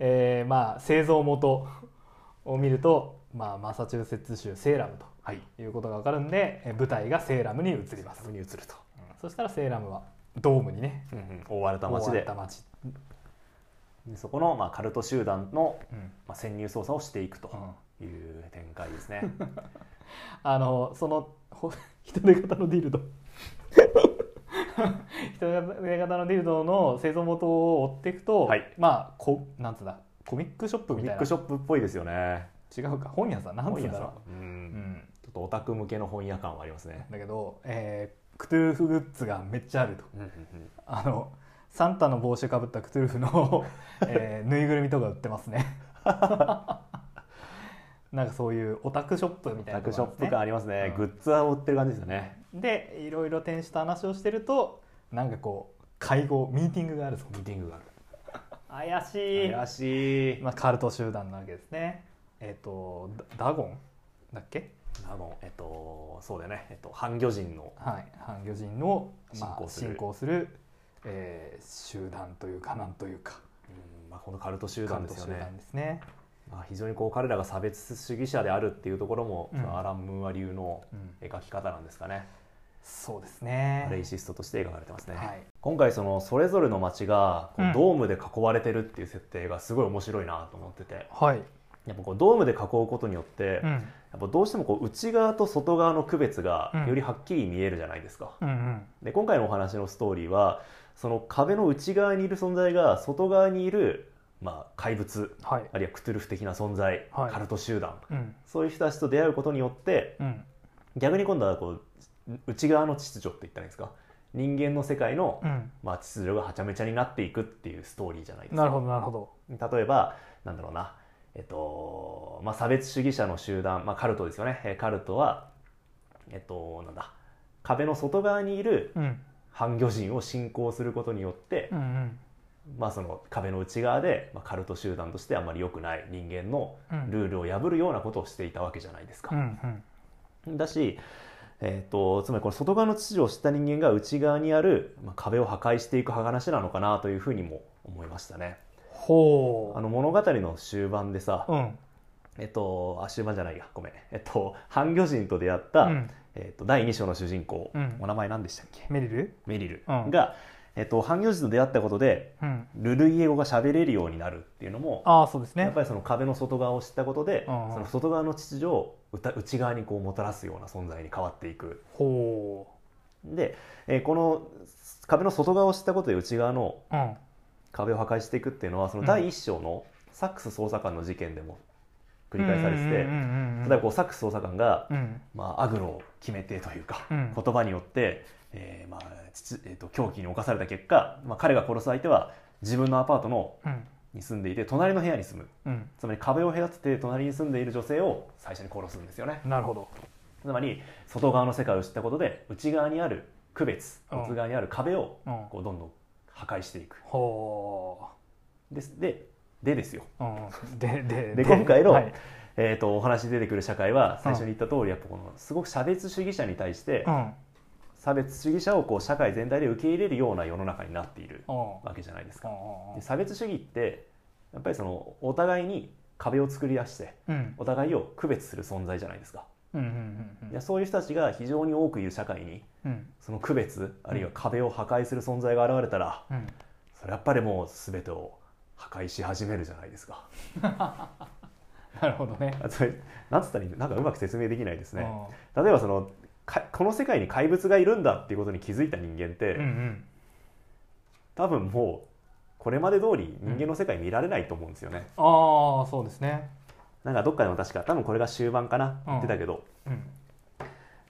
[SPEAKER 1] えーまあ、製造元を見ると、まあ、マサチューセッツ州セーラム
[SPEAKER 2] はい
[SPEAKER 1] ということが分かるんでえー舞台がセーラムに移ります
[SPEAKER 2] すぐに移ると、
[SPEAKER 1] そしたらセーラムはドームにね
[SPEAKER 2] うんうん覆われた街
[SPEAKER 1] 覆われ
[SPEAKER 2] で
[SPEAKER 1] た街、
[SPEAKER 2] でそこの、まあ、カルト集団の、
[SPEAKER 1] うん
[SPEAKER 2] まあ、潜入捜査をしていくと
[SPEAKER 1] うん
[SPEAKER 2] いう展開です [laughs] ね、
[SPEAKER 1] あのそのほ [laughs] 人手型のディルド [laughs] 人手型のディルドの製造元を追っていくと、
[SPEAKER 2] はい
[SPEAKER 1] まあこなんつうんだコミックショップ
[SPEAKER 2] コ
[SPEAKER 1] み
[SPEAKER 2] ミ
[SPEAKER 1] た
[SPEAKER 2] ッ
[SPEAKER 1] い
[SPEAKER 2] ク
[SPEAKER 1] な
[SPEAKER 2] ショップっぽいですよね
[SPEAKER 1] 違うか本屋さんなんつう
[SPEAKER 2] 本
[SPEAKER 1] ん
[SPEAKER 2] 屋
[SPEAKER 1] だ
[SPEAKER 2] さ
[SPEAKER 1] ろ
[SPEAKER 2] ん、う、
[SPEAKER 1] う、うんん、
[SPEAKER 2] ちょっとオタク向けの本屋感はありますね、
[SPEAKER 1] だけど、えークトゥルフグッズがめっちゃあると
[SPEAKER 2] うんうんうん
[SPEAKER 1] あのサンタの帽子をかぶったクトゥルフ
[SPEAKER 2] [laughs]
[SPEAKER 1] の、えーぬいぐるみとか売ってますね [laughs] なんかそういうオタクショップみたい
[SPEAKER 2] オ
[SPEAKER 1] な
[SPEAKER 2] タ
[SPEAKER 1] とこ
[SPEAKER 2] クショップ感ありますね、
[SPEAKER 1] うん
[SPEAKER 2] グッズは売ってる感じですよね
[SPEAKER 1] でいろいろ転した話をしてるとなんかこう会合ミーティングがあるぞ
[SPEAKER 2] ミーティングがある
[SPEAKER 1] 怪しい
[SPEAKER 2] 怪しい
[SPEAKER 1] まあ、カルト集団なわけですねえっ、とダダゴンだっけ
[SPEAKER 2] あのえっとそうだよね、えっと、半魚人の
[SPEAKER 1] はい半魚人を、ま
[SPEAKER 2] 信
[SPEAKER 1] あ、
[SPEAKER 2] 仰する
[SPEAKER 1] 信仰する、えー集団というかなんというか
[SPEAKER 2] うんまあ、このカルト集団ですよ
[SPEAKER 1] カルト集
[SPEAKER 2] ね
[SPEAKER 1] 団、ですね、
[SPEAKER 2] まあ、非常にこう彼らが差別主義者であるっていうところも、
[SPEAKER 1] うん
[SPEAKER 2] そのアラン・ムーア流の
[SPEAKER 1] うん、
[SPEAKER 2] 描き方なんですかね、
[SPEAKER 1] そうですね
[SPEAKER 2] レイシストとして描かれてますね、
[SPEAKER 1] はい
[SPEAKER 2] 今回そのそれぞれの街がこ
[SPEAKER 1] う
[SPEAKER 2] うんドームで囲われてるっていう設定がすごい面白いなと思ってて、
[SPEAKER 1] はい、
[SPEAKER 2] やっぱこうドームで囲うことによって、
[SPEAKER 1] う
[SPEAKER 2] や
[SPEAKER 1] ん、
[SPEAKER 2] っぱどうしてもこう内側と外側の区別が
[SPEAKER 1] うん
[SPEAKER 2] よりはっきり見えるじゃないですか、
[SPEAKER 1] うんうん
[SPEAKER 2] で今回のお話のストーリーはその壁の内側にいる存在が外側にいる、まあ、怪物
[SPEAKER 1] はい
[SPEAKER 2] あるいはクトゥルフ的な存在、
[SPEAKER 1] はい
[SPEAKER 2] カルト集団
[SPEAKER 1] うん
[SPEAKER 2] そういう人たちと出会うことによって
[SPEAKER 1] うん
[SPEAKER 2] 逆に今度はこう内側の秩序って言ったらいいんですか人間の世界の、
[SPEAKER 1] うん
[SPEAKER 2] まあ、秩序がはちゃめちゃになっていくっていうストーリーじゃないです
[SPEAKER 1] な
[SPEAKER 2] か。
[SPEAKER 1] るほどなるほど
[SPEAKER 2] 例えばなんだろうな、えっとまあ、差別主義者の集団、まあ、カルトですよねえーカルトは、えっと、なんだ壁の外側にいる
[SPEAKER 1] うん
[SPEAKER 2] 半魚人を信仰することによって、
[SPEAKER 1] うんうん
[SPEAKER 2] まあ、その壁の内側で、まあ、カルト集団としてあまり良くない人間の
[SPEAKER 1] うん
[SPEAKER 2] ルールを破るようなことをしていたわけじゃないです
[SPEAKER 1] う
[SPEAKER 2] か。
[SPEAKER 1] んうん
[SPEAKER 2] だし、えっとつまりこの外側の秩序を知った人間が内側にある、まあ、壁を破壊していく話なのかなというふうにも思いましたね。
[SPEAKER 1] ほう
[SPEAKER 2] あの物語の終盤でさ、
[SPEAKER 1] うん
[SPEAKER 2] えっと、あ、終盤じゃないや、ごめん。えっと、半魚人と出会った、
[SPEAKER 1] うん
[SPEAKER 2] えっと、第2章の主人公、
[SPEAKER 1] うん
[SPEAKER 2] お名前何でしたっけ
[SPEAKER 1] メリル
[SPEAKER 2] メリル
[SPEAKER 1] うん
[SPEAKER 2] が、えっと、半魚人と出会ったことで、
[SPEAKER 1] うん
[SPEAKER 2] ルルイエ語が喋れるようになるっていうのも、
[SPEAKER 1] ああそうです
[SPEAKER 2] や
[SPEAKER 1] ね
[SPEAKER 2] っぱりその壁の外側を知ったことで、
[SPEAKER 1] うんうん
[SPEAKER 2] その外側の秩序をうた内側にこうもたらすような存在に変わっていく。
[SPEAKER 1] ほ
[SPEAKER 2] で、えーこの壁の外側を知ったことで内側の
[SPEAKER 1] ううん
[SPEAKER 2] 壁を破壊していくっていうのは、その第1章のサックス捜査官の事件でも繰
[SPEAKER 1] 繰
[SPEAKER 2] り返されてて、例えばこうサックス捜査官が、
[SPEAKER 1] うん
[SPEAKER 2] まあ、アグロを決めてというか、
[SPEAKER 1] うん
[SPEAKER 2] 言葉によって、えーまあ父えー、と狂気に侵された結果、まあ、彼が殺す相手は自分のアパートの
[SPEAKER 1] うん
[SPEAKER 2] に住んでいて隣の部屋に住む
[SPEAKER 1] うん
[SPEAKER 2] つまり壁を隔てて隣に住んでいる女性を最初に殺すんですよね
[SPEAKER 1] なるほど
[SPEAKER 2] つまり外側の世界を知ったことで内側にある区別
[SPEAKER 1] うん
[SPEAKER 2] 内側にある壁を
[SPEAKER 1] うん
[SPEAKER 2] こうどんどん破壊していく
[SPEAKER 1] ほ
[SPEAKER 2] ですででですよ、
[SPEAKER 1] ううんでで
[SPEAKER 2] で今回の
[SPEAKER 1] はい
[SPEAKER 2] えー、とお話に出てくる社会は最初に言った通り、やっぱこのすごく差別主義者に対して、
[SPEAKER 1] うんうん
[SPEAKER 2] 差別主義者をこう社会全体で受け入れるような世の中になっている
[SPEAKER 1] うん
[SPEAKER 2] わけじゃないです
[SPEAKER 1] う
[SPEAKER 2] か。
[SPEAKER 1] ん
[SPEAKER 2] で差別主義ってやっぱりそのお互いに壁を作り出して
[SPEAKER 1] うん
[SPEAKER 2] お互いを区別する存在じゃないですか。
[SPEAKER 1] うんうんうん
[SPEAKER 2] いやそういう人たちが非常に多くいる社会に
[SPEAKER 1] うん
[SPEAKER 2] その区別あるいは壁を破壊する存在が現れたら
[SPEAKER 1] うん
[SPEAKER 2] それやっぱりもう全てを破壊し始めるじゃないですか。
[SPEAKER 1] なるほどね。
[SPEAKER 2] あそれなんつったらいいんだなんかうまく説明できないですね例えばそのかこの世界に怪物がいるんだっていうことに気づいた人間って、
[SPEAKER 1] うんうん
[SPEAKER 2] 多分もうこれまで通り人間の世界見られないと思うんですよね、
[SPEAKER 1] ああそうですね。
[SPEAKER 2] なんかどっかでも確か多分これが終盤かな
[SPEAKER 1] うん
[SPEAKER 2] 言ってたけど、
[SPEAKER 1] うん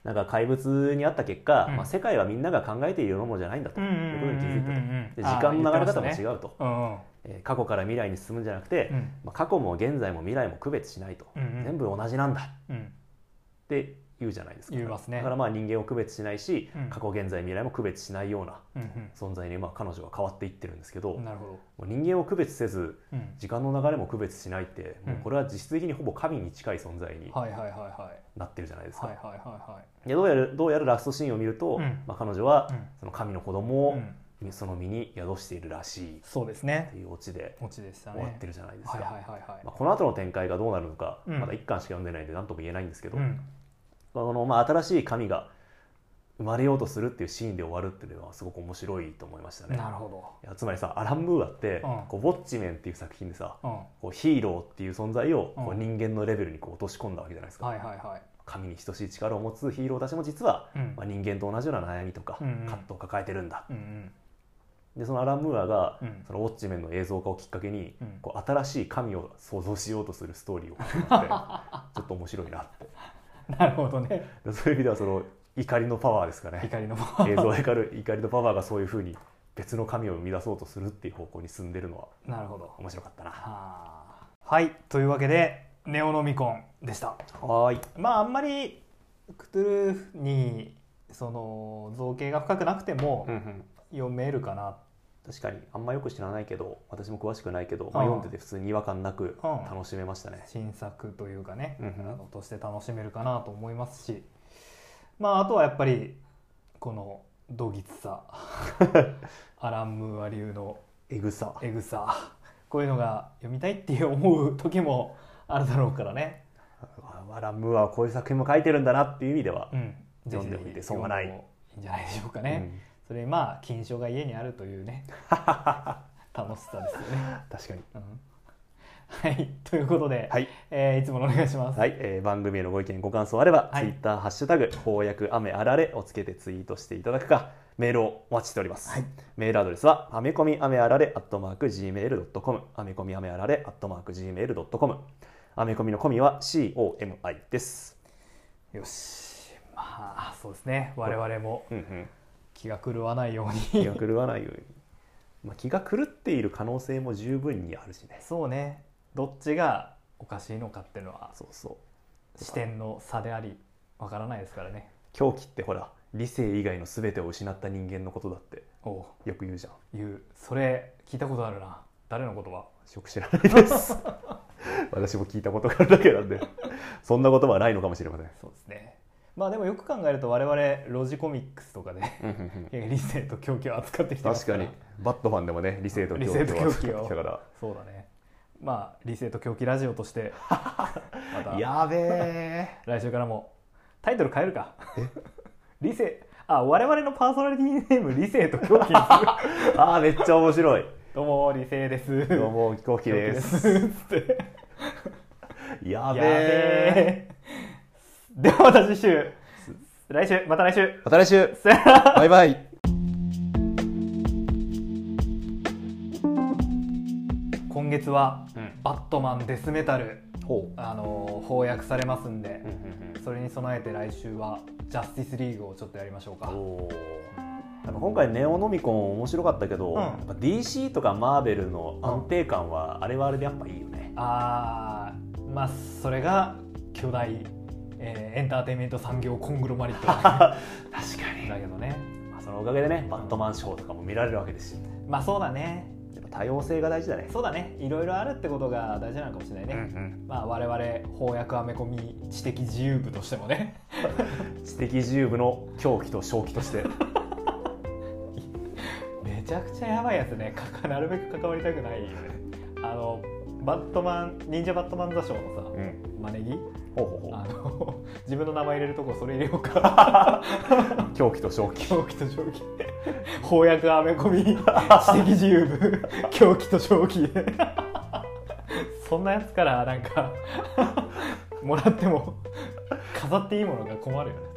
[SPEAKER 2] なんか怪物にあった結果、
[SPEAKER 1] うん
[SPEAKER 2] まあ、世界はみんなが考えているようなものじゃないんだと、
[SPEAKER 1] うんうん
[SPEAKER 2] いうことに気づいたと
[SPEAKER 1] うんうんうん
[SPEAKER 2] で時間の
[SPEAKER 1] あ
[SPEAKER 2] 流れ方も
[SPEAKER 1] ー言ってました
[SPEAKER 2] 違
[SPEAKER 1] ね
[SPEAKER 2] うと、
[SPEAKER 1] うんうん
[SPEAKER 2] えー過去から未来に進むんじゃなくて、
[SPEAKER 1] うん
[SPEAKER 2] まあ、過去も現在も未来も区別しないと、
[SPEAKER 1] うんうん
[SPEAKER 2] 全部同じなんだっ
[SPEAKER 1] うん
[SPEAKER 2] て言うじゃないですか
[SPEAKER 1] 言いますね
[SPEAKER 2] だからまあ人間を区別しないし、
[SPEAKER 1] うん
[SPEAKER 2] 過去現在未来も区別しないような
[SPEAKER 1] うん
[SPEAKER 2] 存在にまあ彼女は変わっていってるんですけど、
[SPEAKER 1] う
[SPEAKER 2] も
[SPEAKER 1] んなるほど。
[SPEAKER 2] う人間を区別せず
[SPEAKER 1] うん
[SPEAKER 2] 時間の流れも区別しないってもううんこれは実質的にほぼ神に近い存在に
[SPEAKER 1] はいはいはいはい
[SPEAKER 2] なってるじゃないですか、
[SPEAKER 1] はいはいは
[SPEAKER 2] でどうやらどうやらラストシーンを見ると、
[SPEAKER 1] うん
[SPEAKER 2] まあ、彼女はい
[SPEAKER 1] はい。
[SPEAKER 2] その神の子供
[SPEAKER 1] う
[SPEAKER 2] を
[SPEAKER 1] んうん
[SPEAKER 2] その身に宿しているらしい
[SPEAKER 1] そうですね
[SPEAKER 2] と。いうオチで
[SPEAKER 1] オチでした
[SPEAKER 2] 終
[SPEAKER 1] ね。
[SPEAKER 2] わってるじゃないですか、
[SPEAKER 1] はいはいはいはい。
[SPEAKER 2] まあ、この後の展開がどうなるのか、
[SPEAKER 1] うん
[SPEAKER 2] まだ1巻しか読んでないんで何とも言えないんですけど、
[SPEAKER 1] うん
[SPEAKER 2] まあこのまあ新しい神が生まれようとするっていうシーンで終わるっていうのはすごく面白いと思いましたね。
[SPEAKER 1] なるほ
[SPEAKER 2] いやつまりさアラン・ムーアって、
[SPEAKER 1] うん
[SPEAKER 2] こうウォッチメンっていう作品でさ
[SPEAKER 1] ど。うん
[SPEAKER 2] こうヒーローっていう存在をこう
[SPEAKER 1] うん
[SPEAKER 2] 人間のレベルにこう落とし込んだわけじゃないですか、
[SPEAKER 1] はいはいはい。
[SPEAKER 2] 神に等しい力を持つヒーローたちも実は、
[SPEAKER 1] うん
[SPEAKER 2] まあ、人間と同じような悩みとか、
[SPEAKER 1] うんうん
[SPEAKER 2] 葛藤を抱えてるんだ
[SPEAKER 1] うんうん
[SPEAKER 2] でそのアラン・ムーアが、
[SPEAKER 1] うん
[SPEAKER 2] そのウォッチメンの映像化をきっかけに、
[SPEAKER 1] うん
[SPEAKER 2] こう新しい神を想像しようとするストー
[SPEAKER 1] [laughs]
[SPEAKER 2] リーを書くのってちょっと面白いなって
[SPEAKER 1] なるほどね。
[SPEAKER 2] でそういう意味ではその怒りのパワーですか
[SPEAKER 1] [laughs]
[SPEAKER 2] ね
[SPEAKER 1] 怒りのパワー
[SPEAKER 2] 映像で光る怒りのパワーがそういうふうに別の神を生み出そうとするっていう方向に進んでるのは
[SPEAKER 1] なるほど。
[SPEAKER 2] 面白かった
[SPEAKER 1] [laughs]
[SPEAKER 2] な
[SPEAKER 1] はあはいというわけで「ネオノミコン」でした
[SPEAKER 2] はい
[SPEAKER 1] まああんまりクトゥルフにその造形が深くなくても
[SPEAKER 2] うんうん
[SPEAKER 1] 読めるかな、
[SPEAKER 2] 確かにあんまよく知らないけど私も詳しくないけど、まあ、
[SPEAKER 1] うん
[SPEAKER 2] 読んでて普通に違和感なく
[SPEAKER 1] うん
[SPEAKER 2] 楽しめましたね、
[SPEAKER 1] 新作というかね、
[SPEAKER 2] うんうん
[SPEAKER 1] あのとして楽しめるかなと思いますしまああとはやっぱりこのどぎつさ [laughs] アラン・ムーア流の
[SPEAKER 2] えぐさ
[SPEAKER 1] えぐさこういうのが読みたいって思う時もあるだろうからね、
[SPEAKER 2] あラムーアはこういう作品も書いてるんだなっていう意味では
[SPEAKER 1] う、ん、ぜひぜ
[SPEAKER 2] 読ん
[SPEAKER 1] ひ
[SPEAKER 2] でみて損はない
[SPEAKER 1] 読んでもいいんじゃないでしょうかね。それにまあ金賞が家にあるという
[SPEAKER 2] [laughs]
[SPEAKER 1] ね楽しさですよ
[SPEAKER 2] う
[SPEAKER 1] ね。
[SPEAKER 2] ん確かに
[SPEAKER 1] うんはい [laughs] ということで、
[SPEAKER 2] はい、
[SPEAKER 1] えーいつものお願いします。
[SPEAKER 2] はいえー番組へのご意見ご感想あれば、
[SPEAKER 1] はい
[SPEAKER 2] Twitter ハッシュタグ翻訳雨あられをつけてツイートしていただくかメールをお待ちしております、
[SPEAKER 1] はい
[SPEAKER 2] メールアドレスはアメコミアメあられアットマーク Gmail.com アメコミアメあられアットマーク Gmail.com アメコミのコミは COMI です、
[SPEAKER 1] よしまあそうですね我々も
[SPEAKER 2] うんうん
[SPEAKER 1] 気が狂わないよう
[SPEAKER 2] 気
[SPEAKER 1] に
[SPEAKER 2] が狂わないように、まあ、気が狂っている可能性も十分にあるしね
[SPEAKER 1] そうねどっちがおかしいのかっていうのは
[SPEAKER 2] そうそう
[SPEAKER 1] 視点の差でありわからないですからね。
[SPEAKER 2] 狂気ってほら理性以外の全てを失った人間のことだって
[SPEAKER 1] おう
[SPEAKER 2] よく言うじゃん
[SPEAKER 1] いうそれ聞いたことあるな誰の言葉
[SPEAKER 2] よく知らないです [laughs] 私も聞いたことがあるだけなんでそんなことはないのかもしれません
[SPEAKER 1] そうですね。まあでもよく考えると我々ロジコミックスと [laughs] かで理性と狂気を扱ってきてます
[SPEAKER 2] 確
[SPEAKER 1] か
[SPEAKER 2] からにバットマンでもね理性と狂気
[SPEAKER 1] 理性と狂気を
[SPEAKER 2] をだか
[SPEAKER 1] そうだねまあ理性と狂気ラジオとして [laughs] ま
[SPEAKER 2] ら
[SPEAKER 1] た
[SPEAKER 2] やべえ
[SPEAKER 1] 来週からもタイトル変えるか [laughs] 理性あ我々のパーソナリティネーム理性と狂 [laughs] 気にする
[SPEAKER 2] あーめっちゃ面白 [laughs] い
[SPEAKER 1] どうも理性です
[SPEAKER 2] どうも狂気
[SPEAKER 1] 狂気で
[SPEAKER 2] ですす
[SPEAKER 1] つって
[SPEAKER 2] や
[SPEAKER 1] や
[SPEAKER 2] べえ
[SPEAKER 1] べえではまた次週来週また来週
[SPEAKER 2] また来週
[SPEAKER 1] さよなら
[SPEAKER 2] バイバイ
[SPEAKER 1] 今月は
[SPEAKER 2] うん
[SPEAKER 1] バットマンデスメタル
[SPEAKER 2] ほう
[SPEAKER 1] あのー翻訳されますんで、
[SPEAKER 2] うんうん
[SPEAKER 1] それに備えて来週はジャスティスリーグをちょっとやりましょうか
[SPEAKER 2] うんおーやっぱ今回ネオノミコン面白かったけ
[SPEAKER 1] う
[SPEAKER 2] ど、
[SPEAKER 1] ん
[SPEAKER 2] やっぱ DC とかマーベルの安定感はあれはあれでやっぱいいよね、
[SPEAKER 1] あーまあそれが巨大、えーエンターテインメント産業コングロマリットだ
[SPEAKER 2] 確か [laughs] に
[SPEAKER 1] けどね
[SPEAKER 2] まあ、そのおかげでねバットマンショーとかも見られるわけですし
[SPEAKER 1] まあそうだね
[SPEAKER 2] やっぱ多様性が大事だね
[SPEAKER 1] そうだねいろいろあるってことが大事なのかもしれないね、まあ我々翻訳アメコミ知的自由部としてもね
[SPEAKER 2] 知的自由部の狂気と正気として
[SPEAKER 1] めちゃくちゃやばいやつね [laughs] かかなるべく関わりたくないよねあのバットマン忍者バットマン座ショーのさ、
[SPEAKER 2] ん
[SPEAKER 1] マネギ
[SPEAKER 2] ほうほうほ
[SPEAKER 1] あの [laughs] 自分の名前入れるとこそれ入れようか
[SPEAKER 2] う狂気と正気
[SPEAKER 1] 狂気と正気翻訳アメコミ知的自由部狂気と正気そんなやつからなんかもらっても飾っていいものが困るよね